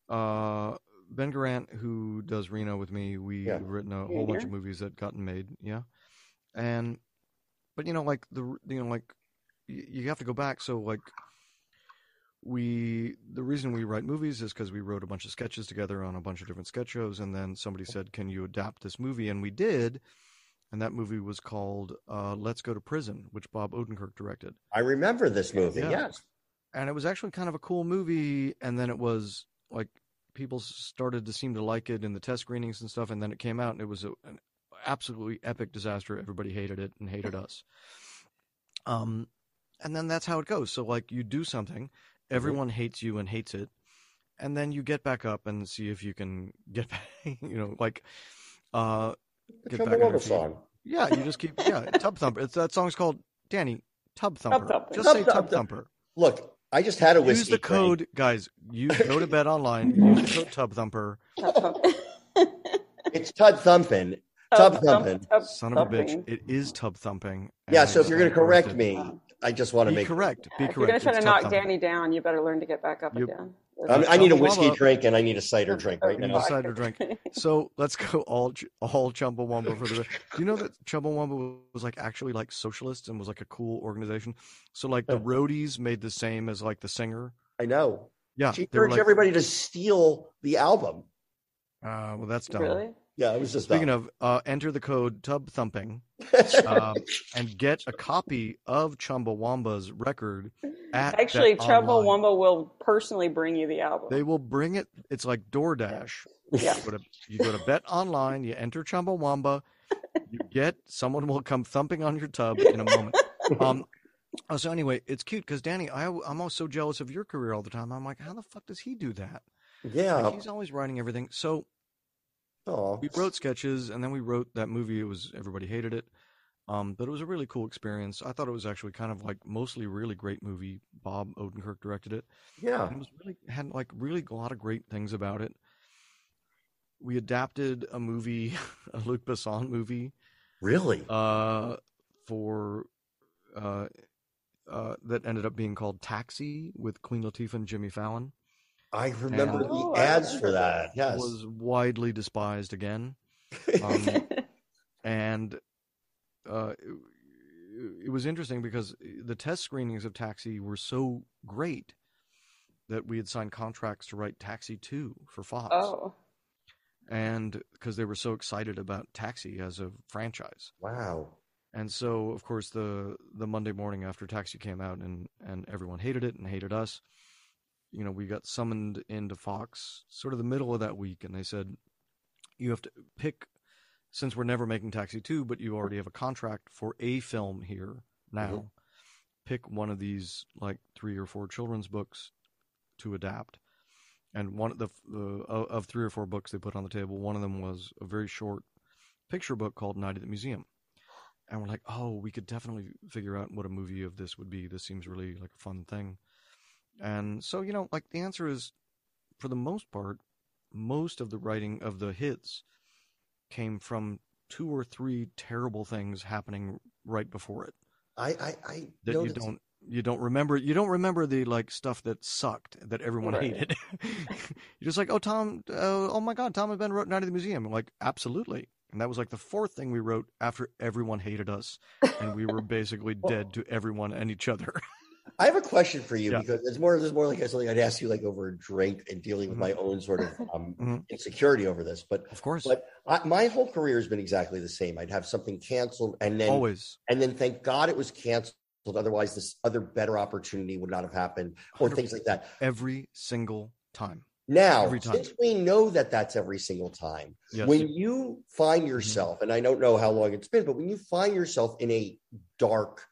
uh, Ben Garant, who does Reno with me, we've Yeah. written a Yeah, whole bunch yeah. of movies that gotten made. Yeah. And, but, you know, like, the, you know, like, y- you have to go back. So, like, we the reason we write movies is because we wrote a bunch of sketches together on a bunch of different sketch shows and then somebody said can you adapt this movie and we did and that movie was called uh, let's go to prison which bob odenkirk directed I remember this movie. Yeah. Yes. and it was actually kind of a cool movie and then it was like people started to seem to like it in the test screenings and stuff and then it came out and it was a, an absolutely epic disaster everybody hated it and hated us um and then that's how it goes so like you do something everyone hates you and hates it and then you get back up and see if you can [laughs] get back you know like uh The Get Trump back on your Lover feet. song. yeah you just keep yeah tub thumper it's that song's called danny tub thumper Thumper. just Tub say Thump- tub thumper Look, I just had a whiskey. use the Craig. code, guys. [laughs] You go to bed online. Use the code Tub Thumper. [laughs] Oh, It's Tud Thumpin. Tub Thumpin. Son of a bitch, it is Tub Thumping. and Yeah. I So if just you're going had to correct it. me, I just want to be make. correct. Be If correct. you're gonna try It's to Tub knock Thumping. Danny down, you better learn to get back up You- again. I'm- I need a Tub whiskey Lover. drink and I need a cider drink right You now. need [laughs] cider drink. So let's go all Ch- all Chumbawamba for the. Do you know that Chumbawamba was like actually like socialist and was like a cool organization? So like the Yeah. roadies made the same as like the singer. I know. Yeah, She Uh, they were urged like, everybody to steal the album. uh, well, that's dumb. Really? Yeah, it was just Speaking of, uh, enter the code Tub Thumping. um, and get a copy of Chumbawamba's record at Actually, Bet Trouble Online. Wumba will personally bring you the album. They will bring it. It's like DoorDash. Yeah. You go to, you go to Bet Online, you enter Chumbawamba, you get someone will come thumping on your tub in a moment. Um, oh, so anyway, it's cute because Danny, I, I'm also jealous of your career all the time. I'm like, how the fuck does he do that? [laughs] Like, yeah. he's always writing everything. So Oh. we wrote sketches and then we wrote that movie it was everybody hated it um, but it was a really cool experience i thought it was actually kind of like mostly really great movie bob odenkirk directed it Yeah. and it was really had like really a lot of great things about it we adapted a movie [laughs] a luc besson movie Really? uh, for uh, uh, that ended up being called taxi with queen latifah and jimmy fallon I remember the Oh, I ads for remember that. that. Yes. [laughs] was widely despised again um, and uh, it, it was interesting because the test screenings of Taxi were so great that we had signed contracts to write Taxi 2 for Fox, [laughs] oh, and because they were so excited about Taxi as a franchise. wow. And so, of course, the the Monday morning after Taxi came out, and and everyone hated it and hated us. You know, we got summoned into Fox sort of the middle of that week, and they said, "You have to pick, since we're never making Taxi two, but you already have a contract for a film here now. Pick one of these like three or four children's books to adapt." And one of the uh, of of three or four books they put on the table, one of them was a very short picture book called Night at the Museum and we're like, oh, we could definitely figure out what a movie of this would be. This seems really like a fun thing. And so, you know, like the answer is for the most part, most of the writing of the hits came from two or three terrible things happening right before it I I, I that you noticed- don't you don't remember you don't remember the like stuff that sucked that everyone Right. hated [laughs] you're just like oh tom uh, oh my god tom and ben wrote night at the museum I'm like absolutely and that was like the fourth thing we wrote after everyone hated us and we [laughs] were basically dead to everyone and each other I have a question for you Yeah. because it's more. This is more like something I'd ask you like over a drink and dealing with Mm-hmm. my own sort of [laughs] um, Mhm. insecurity over this. But of course but I, my whole career has been exactly the same. I'd have something canceled and then always and then thank God it was canceled. Otherwise, this other better opportunity would not have happened, or things like that. every single time Now, Every time. since we know that that's every single time, yes Mm-hmm. when you find yourself, and I don't know how long it's been, but when you find yourself in a dark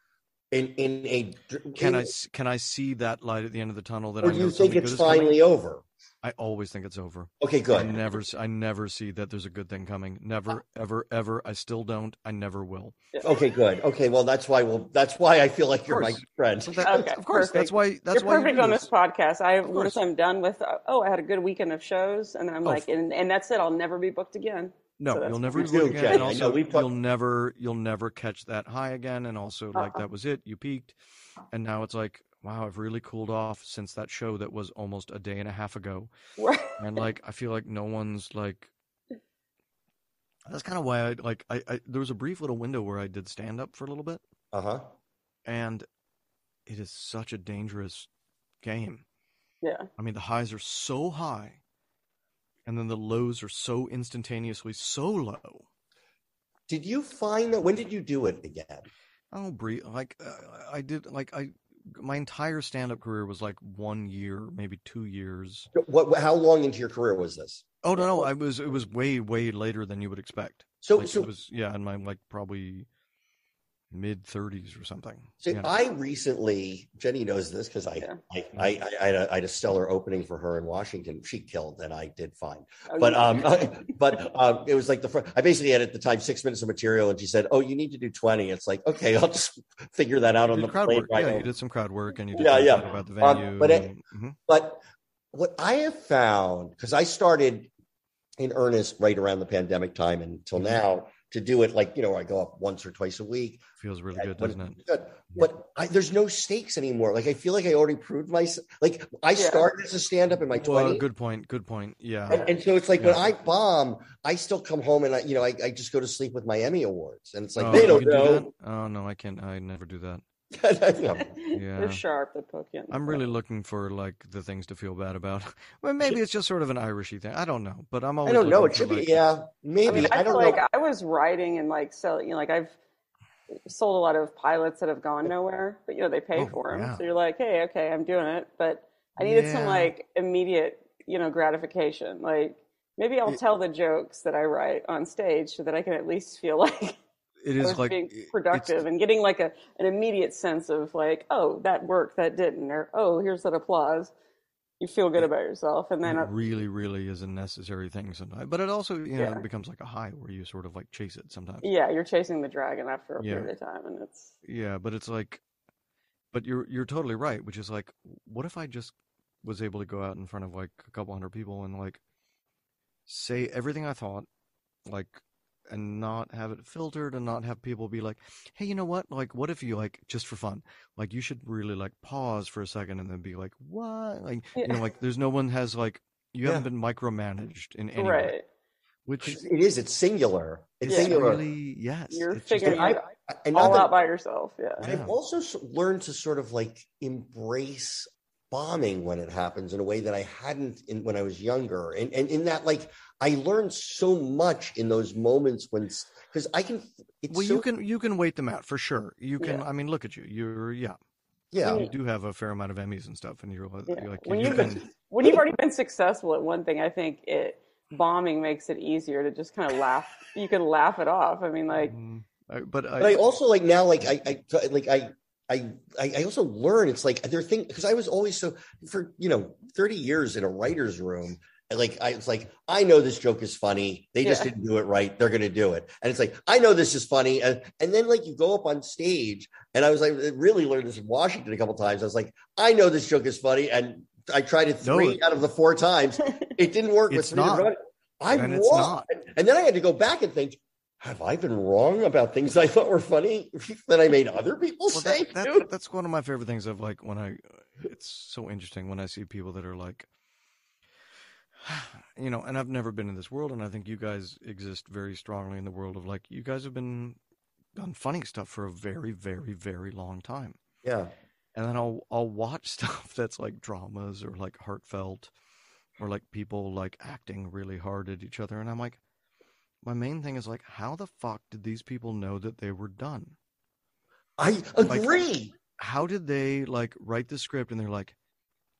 in in a Can I in- s- can I see that light at the end of the tunnel? That or I do know you think something good it's is coming? finally over? I always think it's over. Okay, I good. never, s- I never see that there's a good thing coming. Never, ever, ever. I still don't. I never will. Okay, good. Okay, well that's why we'll that's why I feel like you're my course. friend. Well, that- Okay, of course, that's perfect. why. That's You're why you perfect do on this. this podcast. I course. once I'm done with, uh, oh, I had a good weekend of shows, and then I'm Oh, like, f- and, and that's it. I'll never be booked again. [laughs] No, So that's you'll never fine. do We it do, again. Jenny. And I also, know we put- you'll never, you'll never catch that high again. And also, like Uh-uh. that was it. You peaked, and now it's like, wow, I've really cooled off since that show that was almost a day and a half ago. Right. And like, I feel like no one's like. That's kind of why I like. I, I there was a brief little window where I did stand up for a little bit, Uh huh. and it is such a dangerous game. Yeah. I mean, the highs are so high, and then the lows are so instantaneously so low. Did you find that? When did you do it again? I don't breathe. Oh, Like uh, I did. Like I, my entire stand-up career was like one year, maybe two years. What? How long into your career was this? Oh no, no, I was. It was way, way later than you would expect. So, Like, so it was. Yeah, in my like probably mid thirties or something. See, Yeah. I recently, Jenny knows this because I, Yeah. I, I, I, I, had a, I had a stellar opening for her in Washington. She killed, and I did fine. Oh, But you- [laughs] um, [laughs] but um, it was like the fir- I basically had at the time six minutes of material, and she said, "Oh, you need to do 20. It's like, okay, I'll just figure that out You on the did crowd plane. work. Right yeah, you now. did some crowd work, and you did Yeah, things yeah. like about the Um, venue. but it- and- mhm. But what I have found, because I started in earnest right around the pandemic time Mm-hmm. until now to do it like you know I go up once or twice a week. feels really Yeah, good, but- doesn't it? good. But I, there's no stakes anymore. Like I feel like I already proved myself. Like I Yeah. started as a stand up in my Well, 20s. good point. Good point. Yeah. And, and so it's like when Yeah. I bomb, I still come home and I, you know, I, I just go to sleep with my Emmy awards, and it's like Oh, they you don't can do know. that? Oh no, I can't. I never do that. [laughs] Yeah. Yeah. They're sharp. They poke you. in the uh, I'm foot. really looking for like the things to feel bad about. [laughs] well, maybe it's just sort of an Irishy thing. I don't know, but I'm always. I don't know. looking It for, should be, like- yeah, I maybe. I, mean, I, don't feel know. like I was writing and like selling. You know, like I've sold a lot of pilots that have gone nowhere, but you know they pay Oh, for them. yeah. So you're like, hey, okay, I'm doing it, but I needed some Yeah. like immediate, you know, gratification. Like maybe I'll It- tell the jokes that I write on stage so that I can at least feel [laughs] like It I is was like being it's- productive and getting like a an immediate sense of like, oh, that worked, that didn't, or oh, here's that applause. You feel good about yourself, and It then uh, really, really is a necessary thing sometimes, but it also you know Yeah. it becomes like a high where you sort of like chase it sometimes. yeah, you're chasing the dragon after a Yeah. period of time, and it's Yeah, but it's like, but you're you're totally right, which is like, what if I just was able to go out in front of like a couple hundred people and like say everything I thought, like, and not have it filtered and not have people be like, hey, you know what? Like, what if you like just for fun, like you should really like pause for a second and then be like, what? Like, you know, Yeah. like there's no one has like you Yeah. haven't been micromanaged in any way, right. which It's- It is. It's singular. It's is Yeah. singular. really yes, You're it's just figuring like- it I- and not all that- out by yourself. Yeah. Yeah. I've also s- learned to sort of like embrace bombing when it happens in a way that I hadn't in, when I was younger. And, and in that, like, I learned so much in those moments when, because I can, it's Well, so, you can you can wait them out for sure. You Yeah. can. I mean, look at you. You're yeah. yeah. You do have a fair amount of Emmys and stuff, and you're, like- Yeah. you're like When you you've can. been- When you've already been successful at one thing, I think it bombing makes it easier to just kind of laugh. You can laugh it off. I mean, like, Mm, I- but I, But I also like now, like, I, I, like, I, I, I I also learn it's like there are things because I was always so for you know 30 years in a writer's room and like I it's like I know this joke is funny they just Yeah. didn't do it right they're gonna do it and it's like I know this is funny and and then like you go up on stage and I was like I really learned this in Washington a couple times I was like I know this joke is funny and I tried it No, three it- out of the four times it didn't work with It's three of not. them. I And it's won. not. and then I had to go back and think have I been wrong about things I thought were funny [laughs] that I made other people well, say? that, that, dude? that's one of my favorite things of like when I. It's so interesting when I see people that are like. [sighs] You know, and I've never been in this world, and I think you guys exist very strongly in the world of like you guys have been done funny stuff for a very, very, very long time. yeah. and then I'll I'll watch [laughs] stuff that's like dramas or like heartfelt or like people like acting really hard at each other and I'm like my main thing is like how the fuck did these people know that they were done? I Like- agree. How did they like write the script and they're like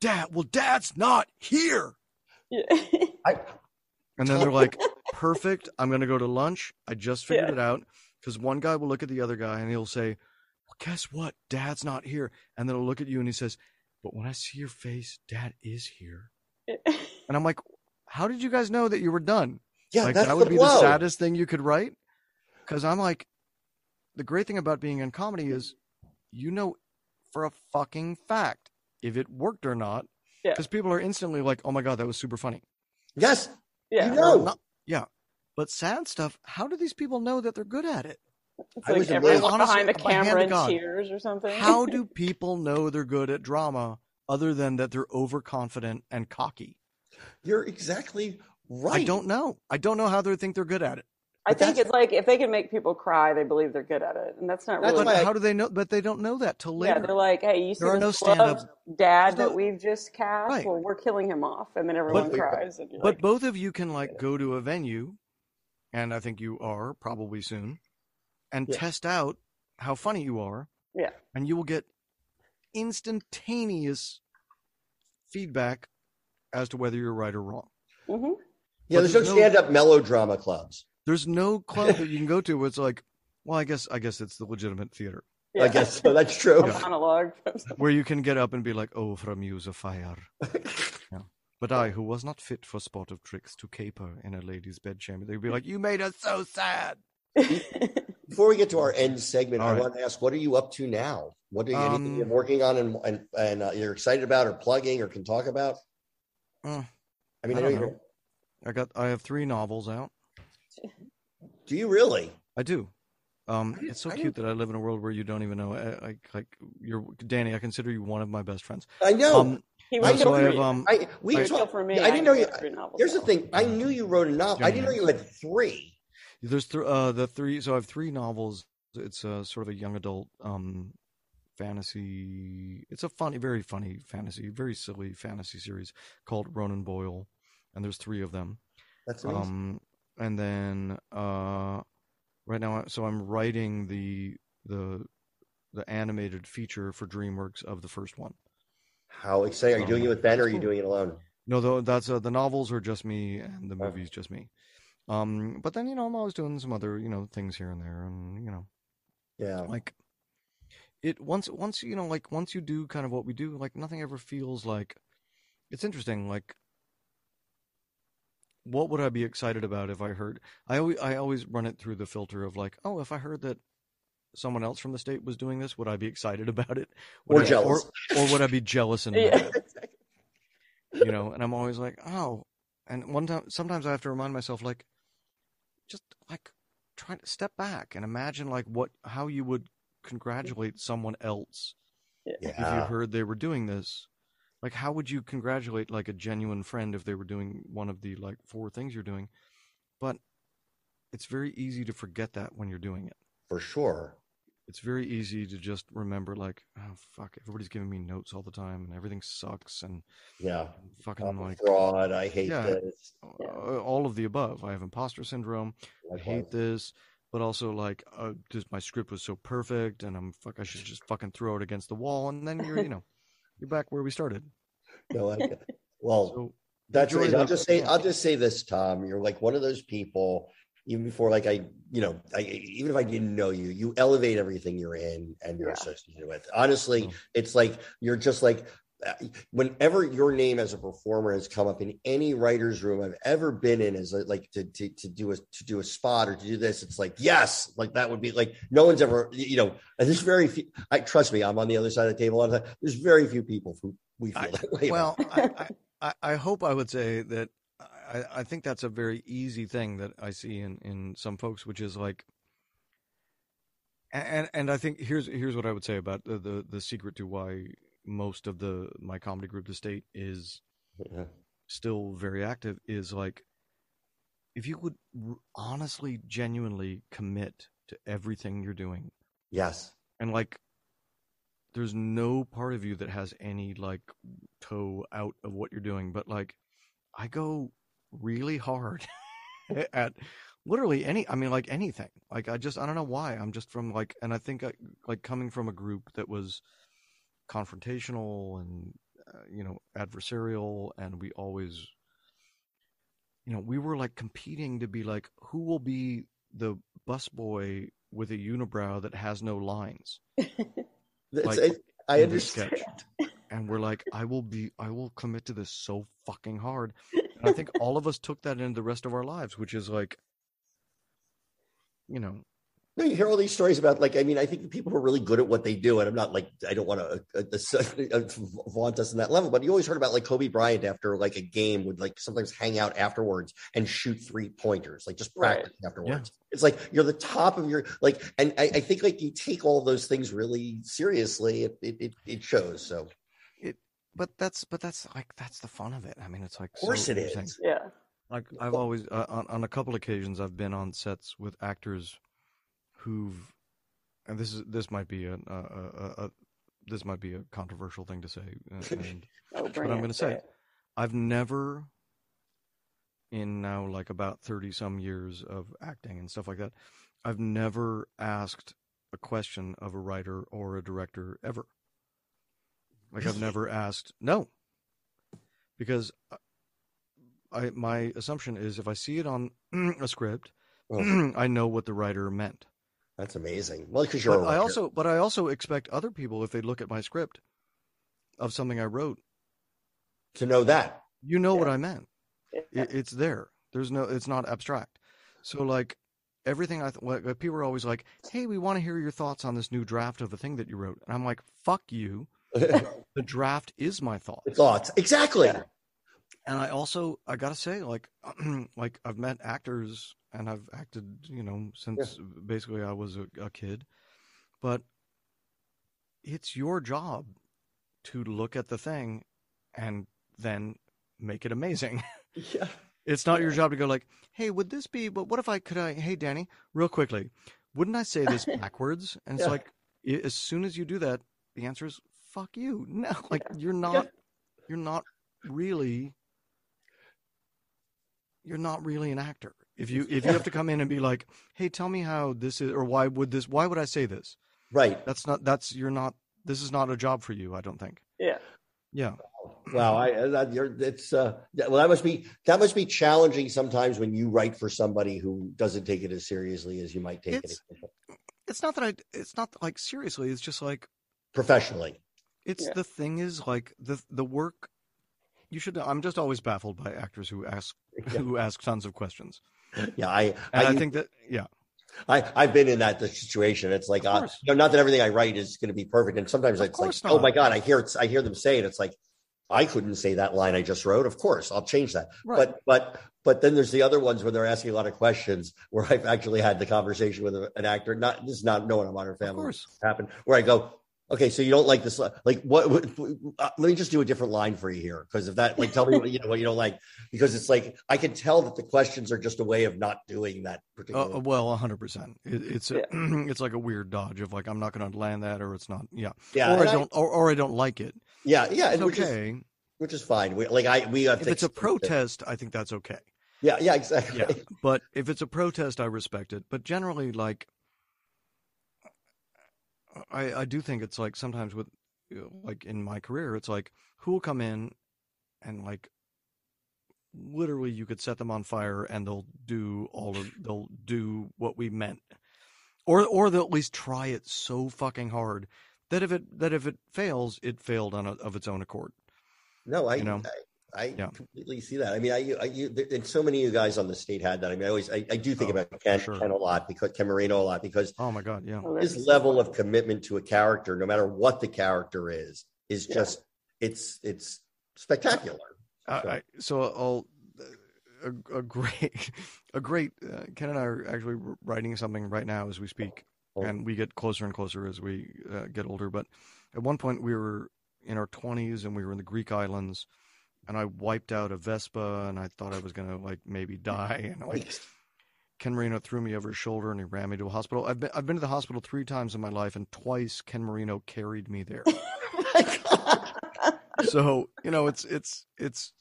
dad well dad's not here yeah. Mm-hmm. I, and then they're like perfect I'm going to go to lunch I just figured Yeah. it out cuz one guy will look at the other guy and he'll say well, guess what? Dad's not here. And then he'll look at you and he says, but when I see your face, dad is here. And I'm like, how did you guys know that you were done? Yeah, like that's that would the be blow. the saddest thing you could write. Cause I'm like, the great thing about being in comedy is you know for a fucking fact if it worked or not. Yeah. Because people are instantly like, oh my God, that was super funny. Yes, [laughs] yeah. you know. Not- But sad stuff, how do these people know that they're good at it? It's I like was everyone amazed. behind the Honestly, my hand to camera and God. cheers or something. How do people know they're good at drama other than that they're overconfident and cocky? You're exactly right. I don't know. I don't know how they think they're good at it. [laughs] I but think that's- it's like if they can make people cry, they believe they're good at it, and that's not That's really. But why I- how do they know? But they don't know that till yeah, later. they're like, hey, you see There are this no beloved dad There's that no- we've just cast? Right. Well, we're killing him off, and then everyone But- cries. And you're but like, both of you can like go to a venue, and I think you are probably soon, and Yeah. test out how funny you are. Yeah. And you will get instantaneous feedback as to whether you're right or wrong. mhm. Yeah, But there's no there's no- stand-up melodrama clubs. There's no club that you can go to where it's like, well, I guess I guess it's the legitimate theater yeah. I guess so. That's true. [laughs] a monologue. [laughs] where you can get up and be like, oh, from you the fire. yeah. But I, who was not fit for sport of tricks to caper in a lady's bedchamber, they'd be like, you made us so sad. Before we get to our end segment, All I right. want to ask, what are you up to now? What are you, anything Um, you're working on and and, and uh, you're excited about or plugging or can talk about? Mm. I mean, I know I don't you're, know. I got, I have three novels out. do you really? I do. Um, I did- it's so I cute that I live in a world where you don't even know. eh, I, I, like you're Danny, I consider you one of my best friends. I know. Um, he I would know so kill I for have me. um, I we He would talk- kill for me. I didn't know you. Three novels Here's the out. thing. I knew you wrote a novel. I didn't know you had three. There's th- uh, the three. So I have three novels. It's a sort of a young adult um, fantasy. It's a funny, very funny fantasy, very silly fantasy series called Ronan Boyle, and there's three of them. That's amazing. Um, and then uh, right now, I- so I'm writing the the the animated feature for DreamWorks of the first one. How exciting! Are you doing it with Ben or are you cool. doing it alone? No, though that's uh, the novels are just me, and the Okay. movies just me. Um, but then you know I'm always doing some other you know things here and there, and you know Yeah. like it once once you know like once you do kind of what we do like nothing ever feels like it's interesting like what would i be excited about if i heard i always i always run it through the filter of like oh if i heard that someone else from the state was doing this would i be excited [laughs] about it Would Or I- jealous. [laughs] or, or would i be jealous and mad? Yeah. you know and i'm always like oh and one time sometimes i have to remind myself like just like try to step back and imagine like what how you would congratulate someone else if you Yeah. heard they were doing this like how would you congratulate like a genuine friend if they were doing one of the like four things you're doing but it's very easy to forget that when you're doing it For sure. it's very easy to just remember like oh fuck everybody's giving me notes all the time and everything sucks and Yeah. fucking I'm a like fraud. I hate Yeah. this. uh, all of the above. I have imposter syndrome. I hate this, but also like uh, just my script was so perfect, and I'm fuck. I should just fucking throw it against the wall, and then [laughs] you're you know you're back where we started. No, I, [laughs] well, So That's Enjoy right. I'll the- just say, yeah. I'll just say this, Tom. You're like one of those people. Even before, like I, you know, I, even if I didn't know you, you elevate everything you're in and you're Yeah. associated with. Honestly, Mm. it's like you're just like. uh, Whenever your name as a performer has come up in any writer's room I've ever been in, is like to, to to do a to do a spot or to do this, it's like yes, like that would be like no one's ever you know. and There's very few. I trust me, I'm on the other side of the table. a lot of the time. There's very few people who we feel I- that way. about. well, I, I I hope I would say that I I think that's a very easy thing that I see in in some folks, which is like. And and I think here's here's what I would say about the the, the secret to why most of the my comedy group, the state, is [laughs] Yeah. still very active is like if you would r- honestly genuinely commit to everything you're doing yes, and like there's no part of you that has any like toe out of what you're doing but like i go really hard [laughs] at literally any i mean like anything like i just i don't know why i'm just from like and i think I, like coming from a group that was confrontational and uh, you know adversarial and we always you know we were like competing to be like who will be the busboy with a unibrow that has no lines. That's- Like, I, I in this understand. and we're like i will be i will commit to this so fucking hard and i [laughs] think all of us took that into the rest of our lives which is like you know No, you hear all these stories about like I mean I think the people who are really good at what they do, and I'm not like I don't want to [laughs] uh, uh, uh, vaunt us in that level, but you always heard about like Kobe Bryant after like a game would like sometimes hang out afterwards and shoot three pointers, like just Right. practice afterwards. It's like you're the top of your like, and I, I think like you take all those things really seriously. It it it, it shows. So of but that's but that's like that's the fun of it i mean it's like so course it interesting. is. Yeah. like i've always uh, on, on a couple occasions i've been on sets with actors who've and this is this might be a, a, a, a this might be a controversial thing to say [laughs] uh, and Oh, bring what I'm it, gonna say. it. I've never, in now like about 30 some years of acting and stuff like that, I've never asked a question of a writer or a director ever. Like, I've never asked, no. Because I- I, my assumption is if I see it on [clears throat] a script, Oh, [clears throat] I know what the writer meant. that's amazing. Well, because you're. a But I writer. also, but I also expect other people, if they look at my script of something I wrote, to know [laughs] that. [laughs] you know what Yeah. I meant. Yeah. it, it's there there's no it's not abstract so like everything i th- like, like, people are always like hey we want to hear your thoughts on this new draft of the thing that you wrote and i'm like fuck you the draft is my thought Thoughts exactly. Yeah. and i also i gotta say like [clears throat] like i've met actors and i've acted you know since basically i was a, a kid but it's your job to look at the thing and then make it amazing Yeah. It's not your job to go like, "Hey, would this be? But what if I could? I hey, Danny, real quickly, wouldn't I say [laughs] this backwards?" And it's Yeah. like, i- as soon as you do that, the answer is "fuck you." [laughs] No, like you're not, you're not really, you're not really an actor. If you if you [laughs] have to come in and be like, "Hey, tell me how this is, or why would this? Why would I say this?" Right. That's not. That's you're not. This is not a job for you. I don't think. Yeah. Yeah. Wow, I uh, that, you're, it's uh, that- well, that must be that must be challenging sometimes when you write for somebody who doesn't take it as seriously as you might take It's- it It's not that I. It's not like seriously. It's just like [laughs] professionally. It's Yeah. the thing is like the the work. You should. I'm just always baffled by actors who ask Yeah, who ask tons of questions, yeah I and I, I, think that yeah, I I've been in that situation. It's like Of uh, course. you know, not that everything I write is going to be perfect, and sometimes Of it's like, course oh not. my god, I hear it's I hear them say it. It's like I couldn't say that line I just wrote. Of course, I'll change that. right. But but but then there's the other ones where they're asking a lot of questions where I've actually had the conversation with a- an actor. Not this is not no one on Modern of Family. course, happen where I go, okay, so you don't like this, li- like what? what uh, let me just do a different line for you here, because if that, like, tell me what you know what you don't like, because it's like I can tell that the questions are just a way of not doing that particular. uh, well, hundred percent. It, it's a, [clears throat] it's like a weird dodge of like I'm not going to land that, or it's not. Yeah, yeah, or I and I- don't, or, or I don't like it. yeah, yeah, It's and which is okay. which is fine. We, like I, we have if to it's a explain it. protest, I think that's okay. Yeah, yeah, exactly. Yeah. But if it's a protest, I respect it. But generally, like, I I do think it's like sometimes with you know, like in my career, it's like who will come in and like literally you could set them on fire and they'll do all of they'll do what we meant, or or they'll at least try it so fucking hard that if it that if it fails, it failed on a, of its own accord. No, I, you know? I, I Yeah. completely see that. I mean, I, I you, there- and so many of you guys on the state had that. I mean, I always, I, I do think Oh, about Ken, sure. Ken a lot because Ken Marino a lot because Oh my god, yeah, Oh, his that's- level of commitment to a character, no matter what the character is, is Yeah. just it's it's spectacular. I, So- I, so I'll a, a great [laughs] a great uh, Ken and I are actually writing something right now as we speak, Oh. and we get closer and closer as we uh, get older. But at one point we were in our twenties and we were in the Greek islands, and I wiped out a Vespa and I thought I was gonna like maybe die and like Like, Ken Marino threw me over his shoulder and he ran me to a hospital. I've been I've been to the hospital three times in my life and twice Ken Marino carried me there. so you know it's it's it's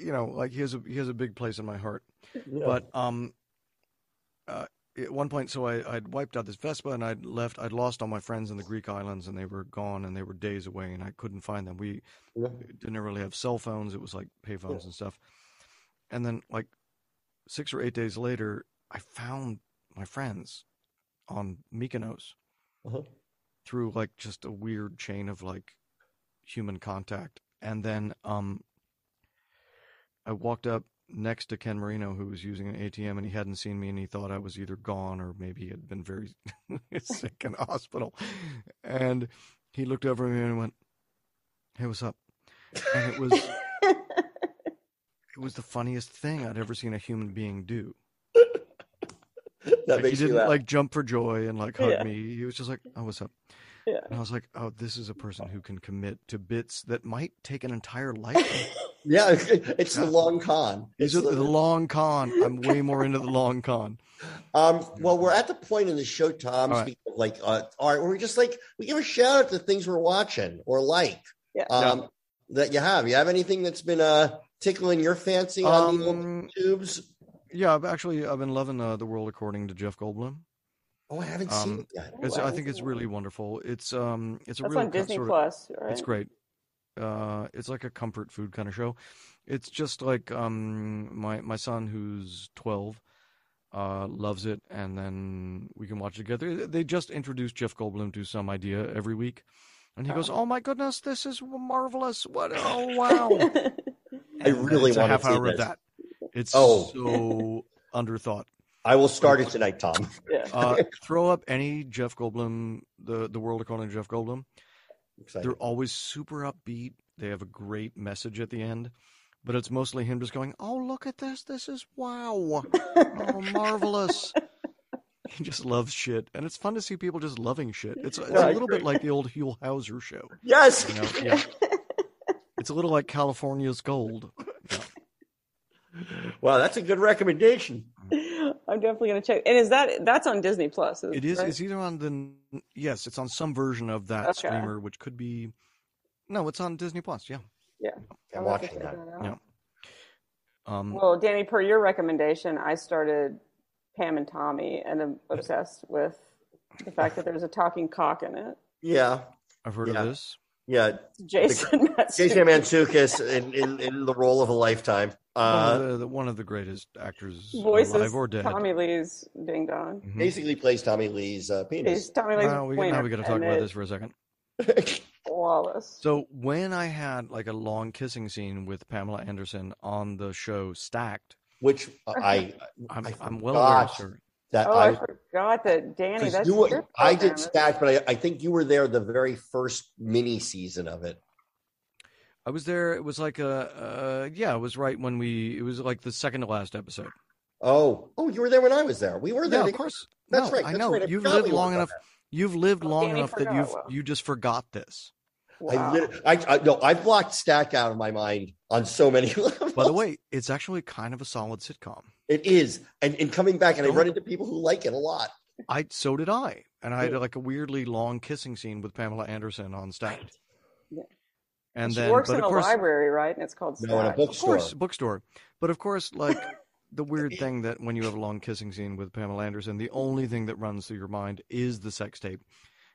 you know like he has a he has a big place in my heart but um uh, at one point so I, i'd wiped out this vespa and i'd left i'd lost all my friends in the greek islands and they were gone and they were days away and i couldn't find them we Yeah. didn't really have cell phones it was like pay phones and stuff and then like six or eight days later i found my friends on Mykonos Uh-huh. through like just a weird chain of like human contact. And then um I walked up next to Ken Marino who was using an ATM and he hadn't seen me and he thought I was either gone or maybe he had been very [laughs] sick in hospital. And he looked over at me and went, Hey, what's up? And it was it was the funniest thing I'd ever seen a human being do. That Like, he makes you didn't laugh. like jump for joy and like hug Yeah. me. He was just like, "Oh, what's up?" [laughs] Yeah. And I was like, "Oh, this is a person who can commit to bits that might take an entire lifetime. [laughs] yeah, [laughs] it's the long con. These are It's the, long con. I'm way more into the long [laughs] con. Um, well, we're at the point in the show, Tom. All right. speaking of like uh, art, where we just like we give a shout out to things we're watching or like Yeah. um, that you have. You have anything that's been uh, tickling your fancy on the old Um, tubes? yeah, I've actually I've been loving uh, the world according to Jeff Goldblum. Oh, I haven't um, seen it yet. It's, Wow. I think it's really wonderful. It's um, it's a That's real on co- Disney sort of- Plus, right? It's great. Uh, it's like a comfort food kind of show. It's just like um, my my son who's twelve, uh, loves it, and then we can watch it together. They just introduce Jeff Goldblum to some idea every week, and he goes, "Oh my goodness, this is marvelous! What? Oh wow!" [laughs] I And really it's a wanna half see hour this. of that. It's Oh. [laughs] so underthought. I will start it tonight, Tom. yeah. Uh, throw up any Jeff Goldblum, the the world according to Jeff Goldblum. Excited. They're always super upbeat. They have a great message at the end, but it's mostly him just going, "Oh, look at this! This is wow! [laughs] Oh, marvelous!" he just loves shit, and it's fun to see people just loving shit. It's, it's Yeah, I a little bit agree. like the old Huell Hauser show, Yes. you know? [laughs] Yeah. It's a little like California's gold. Wow, that's a good recommendation. [laughs] I'm definitely gonna check. And is that that's on Disney Plus? It is. right? It's either on the yes, it's on some version of that Okay. streamer, which could be. No, it's on Disney Plus. Yeah. I'll I'm have to watching check that. out. Yeah. Um, Well, Danny, per your recommendation, I started Pam and Tommy, and I'm obsessed with the fact that there's a talking cock in it. Yeah, I've heard yeah. of this. yeah. Jason, [laughs] Jason Matsuki, Mantzoukas in, in in the role of a lifetime. one, Uh, of the, the, one of the greatest actors, voices alive or dead. Tommy Lee's ding dong. Mhm. basically plays Tommy Lee's uh, He's penis. Tommy Lee's Now we, now we got to talk about this for a second. Wallace. So when I had like a long kissing scene with Pamela Anderson on the show Stacked, [laughs] Which I I'm, I I'm well aware, forgot. sir. that oh, I, I forgot that Danny. 'Cause That's you were- your I program, did isn't stack, but I, I think you were there the very first mini season of it. I was there. It was like a uh, yeah. It was right when we. It was like the second to last episode. Oh, oh, you were there when I was there. We were there. Yeah, of together. course. That's no, right, I that's know right, I you've forgot lived we were long about enough. You've lived long Oh, Danny enough that forgot, you've wow. you just forgot this. it? I, Wow. lit- I, I no, I've blocked stack out of my mind on so many [laughs] levels. By the way, it's actually kind of a solid sitcom. it is, and, and coming back, and I Don't- run into people who like it a lot. I so did I, and I had like a weirdly long kissing scene with Pamela Anderson on stage. Yeah. And she then, works but in of a course, library, right? And it's called No, in a Stack. of bookstore. course, bookstore. But of course, like [laughs] the weird thing that when you have a long kissing scene with Pamela Anderson, the only thing that runs through your mind is the sex tape,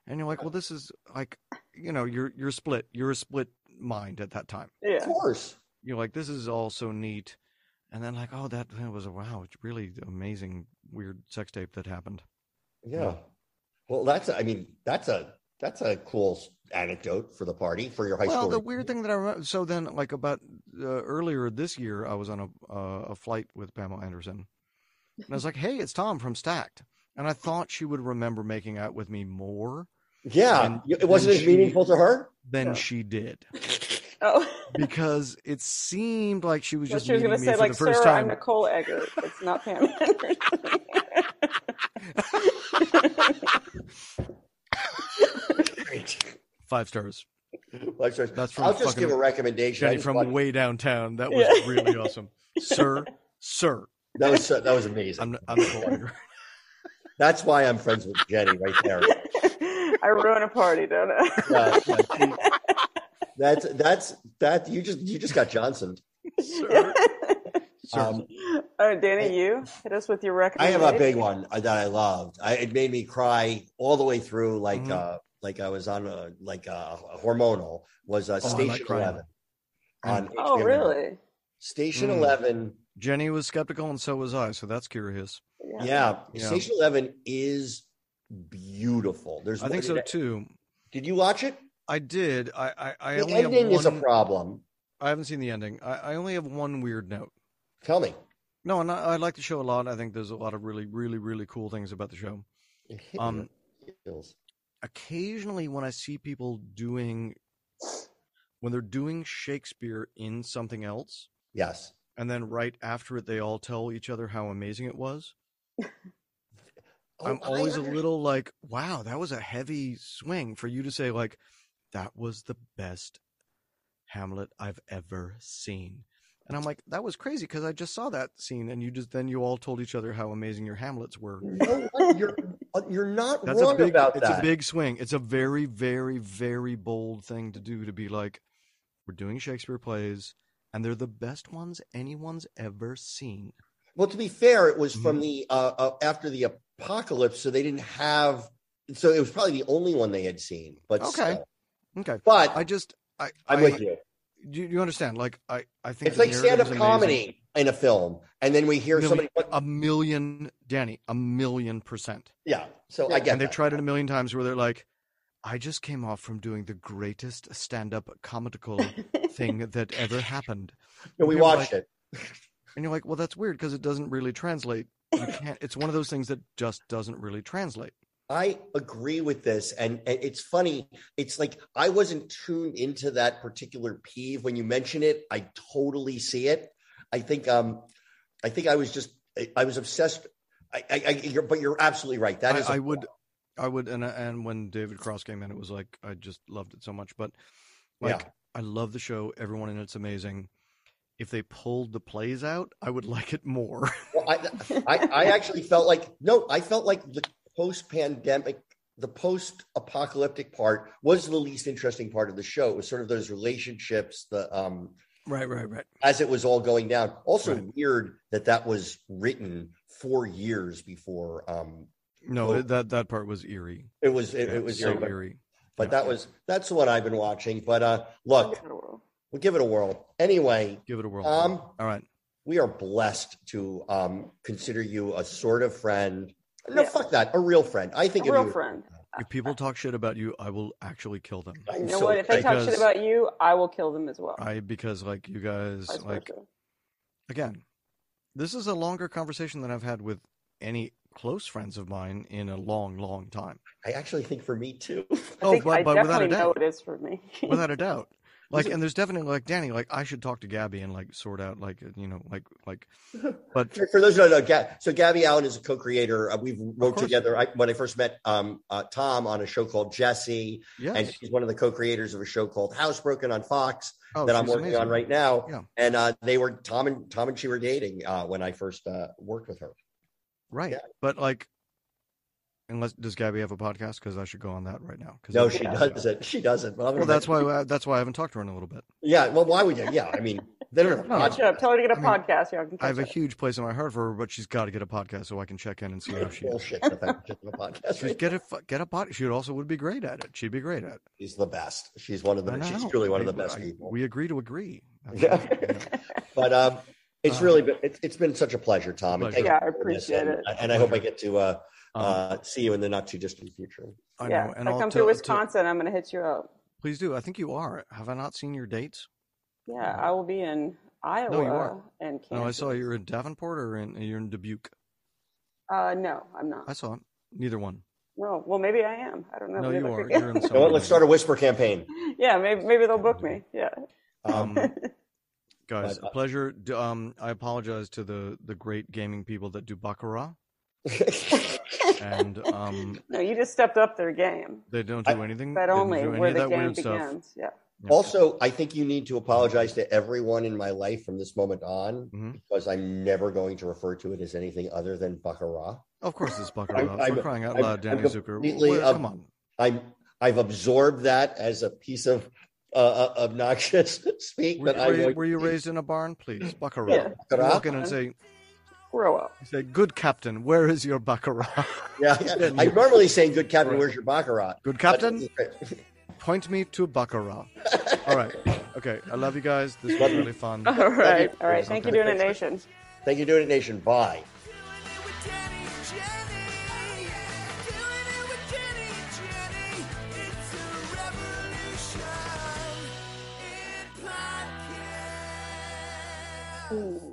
and you're like, well, this is like, you know, you're you're split, you're a split mind at that time. Of Yeah. course, You're like, this is all so neat, and then like, oh, that, that was a wow, it's really amazing, weird sex tape that happened. yeah. Well, that's a, I mean that's a that's a cool anecdote for the party for your high well, school. the weird thing that I remember, so then like about uh, earlier this year, I was on a uh, a flight with Pamela Anderson, and I was like, "Hey, it's Tom from Stacked," and I thought she would remember making out with me more yeah, and it wasn't then as she- meaningful to her. than Yeah. she did, [laughs] Oh, because it seemed like she was so just she was meeting gonna me say for like, the first "Sir, I'm time. Nicole Eggert. It's not Pam." Anderson." [laughs] [laughs] Five stars, Like, so- That's from I'll just fucking give a recommendation. I Jenny just from watched- way downtown. That was Yeah. really [laughs] awesome, sir, sir. that was so- that was amazing. I'm I'm Nicole [laughs] Eggert. That's why I'm friends with Jenny right [laughs] there. [laughs] I ruin a party, don't I? Yeah, yeah, she- that's that's that you just you just got Johnson. [laughs] sir. sir. Um, Oh, Danny, you hit us with your I recommendation. have a big one uh, that I loved. I, it made me cry all the way through, like Mhm. uh, like I was on a like a, hormonal was uh, Oh, I like Station crying. Eleven on. Oh, HBO. really? Station Mm. Eleven Jenny was skeptical, and so was I. So that's curious. Yeah, Yeah. Station Eleven is beautiful. There's I think so too. Did you watch it? I did. I I, I the only have ending one. is a problem. I haven't seen the ending. I, I only have one weird note. Tell me. No, and I, I like the show a lot. I think there's a lot of really, really, really cool things about the show. It hit Um, me like heels. occasionally when I see people doing when they're doing Shakespeare in something else, yes. and then right after it they all tell each other how amazing it was. I'm Oh, I always a under- little like, wow, that was a heavy swing for you to say like that was the best Hamlet I've ever seen. And I'm like, that was crazy because I just saw that scene and you just then you all told each other how amazing your Hamlets were. You know what? You're uh, you're not That's wrong a big about it's that. a big swing. It's a very, very, very bold thing to do to be like, we're doing Shakespeare plays and they're the best ones anyone's ever seen. Well, to be fair, it was from Mhm. the uh, uh, after the apocalypse, so they didn't have. So it was probably the only one they had seen. But Okay. still. Okay. but I just I I'm I- with you. you. You understand? Like I I think It's the like narrative's stand-up amazing. comedy in a film, and then we hear Really, somebody. a million Danny, a million percent. Yeah, so I get and they've that. tried it a million times where they're like, I just came off from doing the greatest stand up [laughs] comical [laughs] thing that ever happened. No, we people watched it. And you're like, well, that's weird because it doesn't really translate. You can't. It's one of those things that just doesn't really translate. I agree with this, and, and it's funny. It's like I wasn't tuned into that particular peeve when you mention it. I totally see it. I think um, I think I was just I, I was obsessed. I, I, I you're, but you're absolutely right. That I- is a I would, I would, and and when David Cross came in, it was like I just loved it so much. But like, Yeah. I love the show. Everyone in it's amazing. If they pulled the plays out, I would [laughs] like it more. Well, I, I, I actually felt like no, I felt like the post-pandemic, the post-apocalyptic part was the least interesting part of the show. It was sort of those relationships, the um, right, right, right. as it was all going down. Also Right. weird that that was written four years before um, No, Well- that that part was eerie. it was. It, Yeah, it was so eerie, but, eerie. but that was that's the one I've been watching. But uh, look, we'll give it a whirl anyway. Give it a whirl. Um, All right. we are blessed to um, consider you a sort of friend. No, Yeah. fuck that. A real friend. I A think of real you- friend. uh, If people talk shit about you, I will actually kill them. I'm You know so what? If they excited. talk shit because- about you, I will kill them as well. I because like you guys Vice like versa. again, this is a longer conversation than I've had with any close friends of mine in a long, long time. I actually think for me too. [laughs] I oh, think but- I but without definitely a know doubt. it is for me. [laughs] Without [laughs] a doubt. Like, and there's definitely like Danny, like I should talk to Gabby and like sort out like you know like like, but For, for those who don't know, Ga- so Gabby Allen is a co-creator. Uh, we've worked course. together I, when I first met um, uh, Tom on a show called Jesse, yes, and she's one of the co-creators of a show called Housebroken on Fox oh, that I'm she's working amazing. on right now. Yeah. And uh, they were Tom and Tom and she were dating uh, when I first uh, worked with her. Right, Yeah. but like, unless does Gabby have a podcast? Because I should go on that right now. 'cause No, I'm- she doesn't. She doesn't. But I'm Well, gonna- [laughs] that's why uh, that's why I haven't talked to her in a little bit. Yeah. Well, why would you? Yeah. I mean, they don't have a [laughs] No, no. podcast. Catch up. Tell her to get a I mean, podcast. Yeah, I can I have a catch up. huge place in my heart for her, but she's got to get a podcast so I can check in and see how she is. Bullshit. The fact that she doesn't have a podcast. She's right? get a fu- get a podcast. She would also would be great at it. She'd be great at. It. She's the best. She's one of I the. She's know. truly one of I- the best I- people. We agree to agree. That's Yeah. right. [laughs] Yeah. but um, it's Uh, really been it's, it's been such a pleasure, Tom. And Pleasure. thank you Yeah, I for this, appreciate and, it. And I hope I get to uh, Um, uh, see you in the not too distant future. I yeah, know. if And I I'll come to- through to- Wisconsin, I'm going to hit you up. please do. I think you are. Have I not seen your dates? Yeah, I will be in Iowa are. and Kansas. No, I saw you're in Davenport or in you're in Dubuque. Uh, no, I'm not. I saw it. neither one. No, well, maybe I am. I don't know. No, Maybe you they'll are. pick- You're [laughs] in. You know what? Let's start a whisper campaign. yeah, maybe maybe they'll book me. Yeah. [laughs] Um, [laughs] Um, guys, But, uh, a pleasure. D- Um, I apologize to the the great gaming people that do baccarat, and [laughs] um, No, you just stepped up their game. they don't I- do anything. That they don't only do any where of the that game weird stuff. begins. Yeah. Yeah. also, I think you need to apologize to everyone in my life from this moment on Mhm. because I'm never going to refer to it as anything other than baccarat. Of course, it's baccarat. I'm- We're crying out I'm- loud, I'm Danny Zucker. completely, Well, um, come on. I'm I've absorbed that as a piece of uh, uh, obnoxious [laughs] speak. Were, that I were you, won't were you use. raised in a barn? Please, baccarat. Yeah. You Walk in and say, Grow up. [laughs] say, good captain, where is your baccarat? [laughs] Yeah, yeah. I'm normally saying, "Good Captain, where's your baccarat?" Good But- [laughs] uh, captain, point me to baccarat. All right. Okay. I love you guys. This was Love you. really fun. All right. All right. Okay. Thank you, Doing It Nation. Thank you, doing it, nation. Bye. Doing it with Danny and Jenny. Doing it Ooh.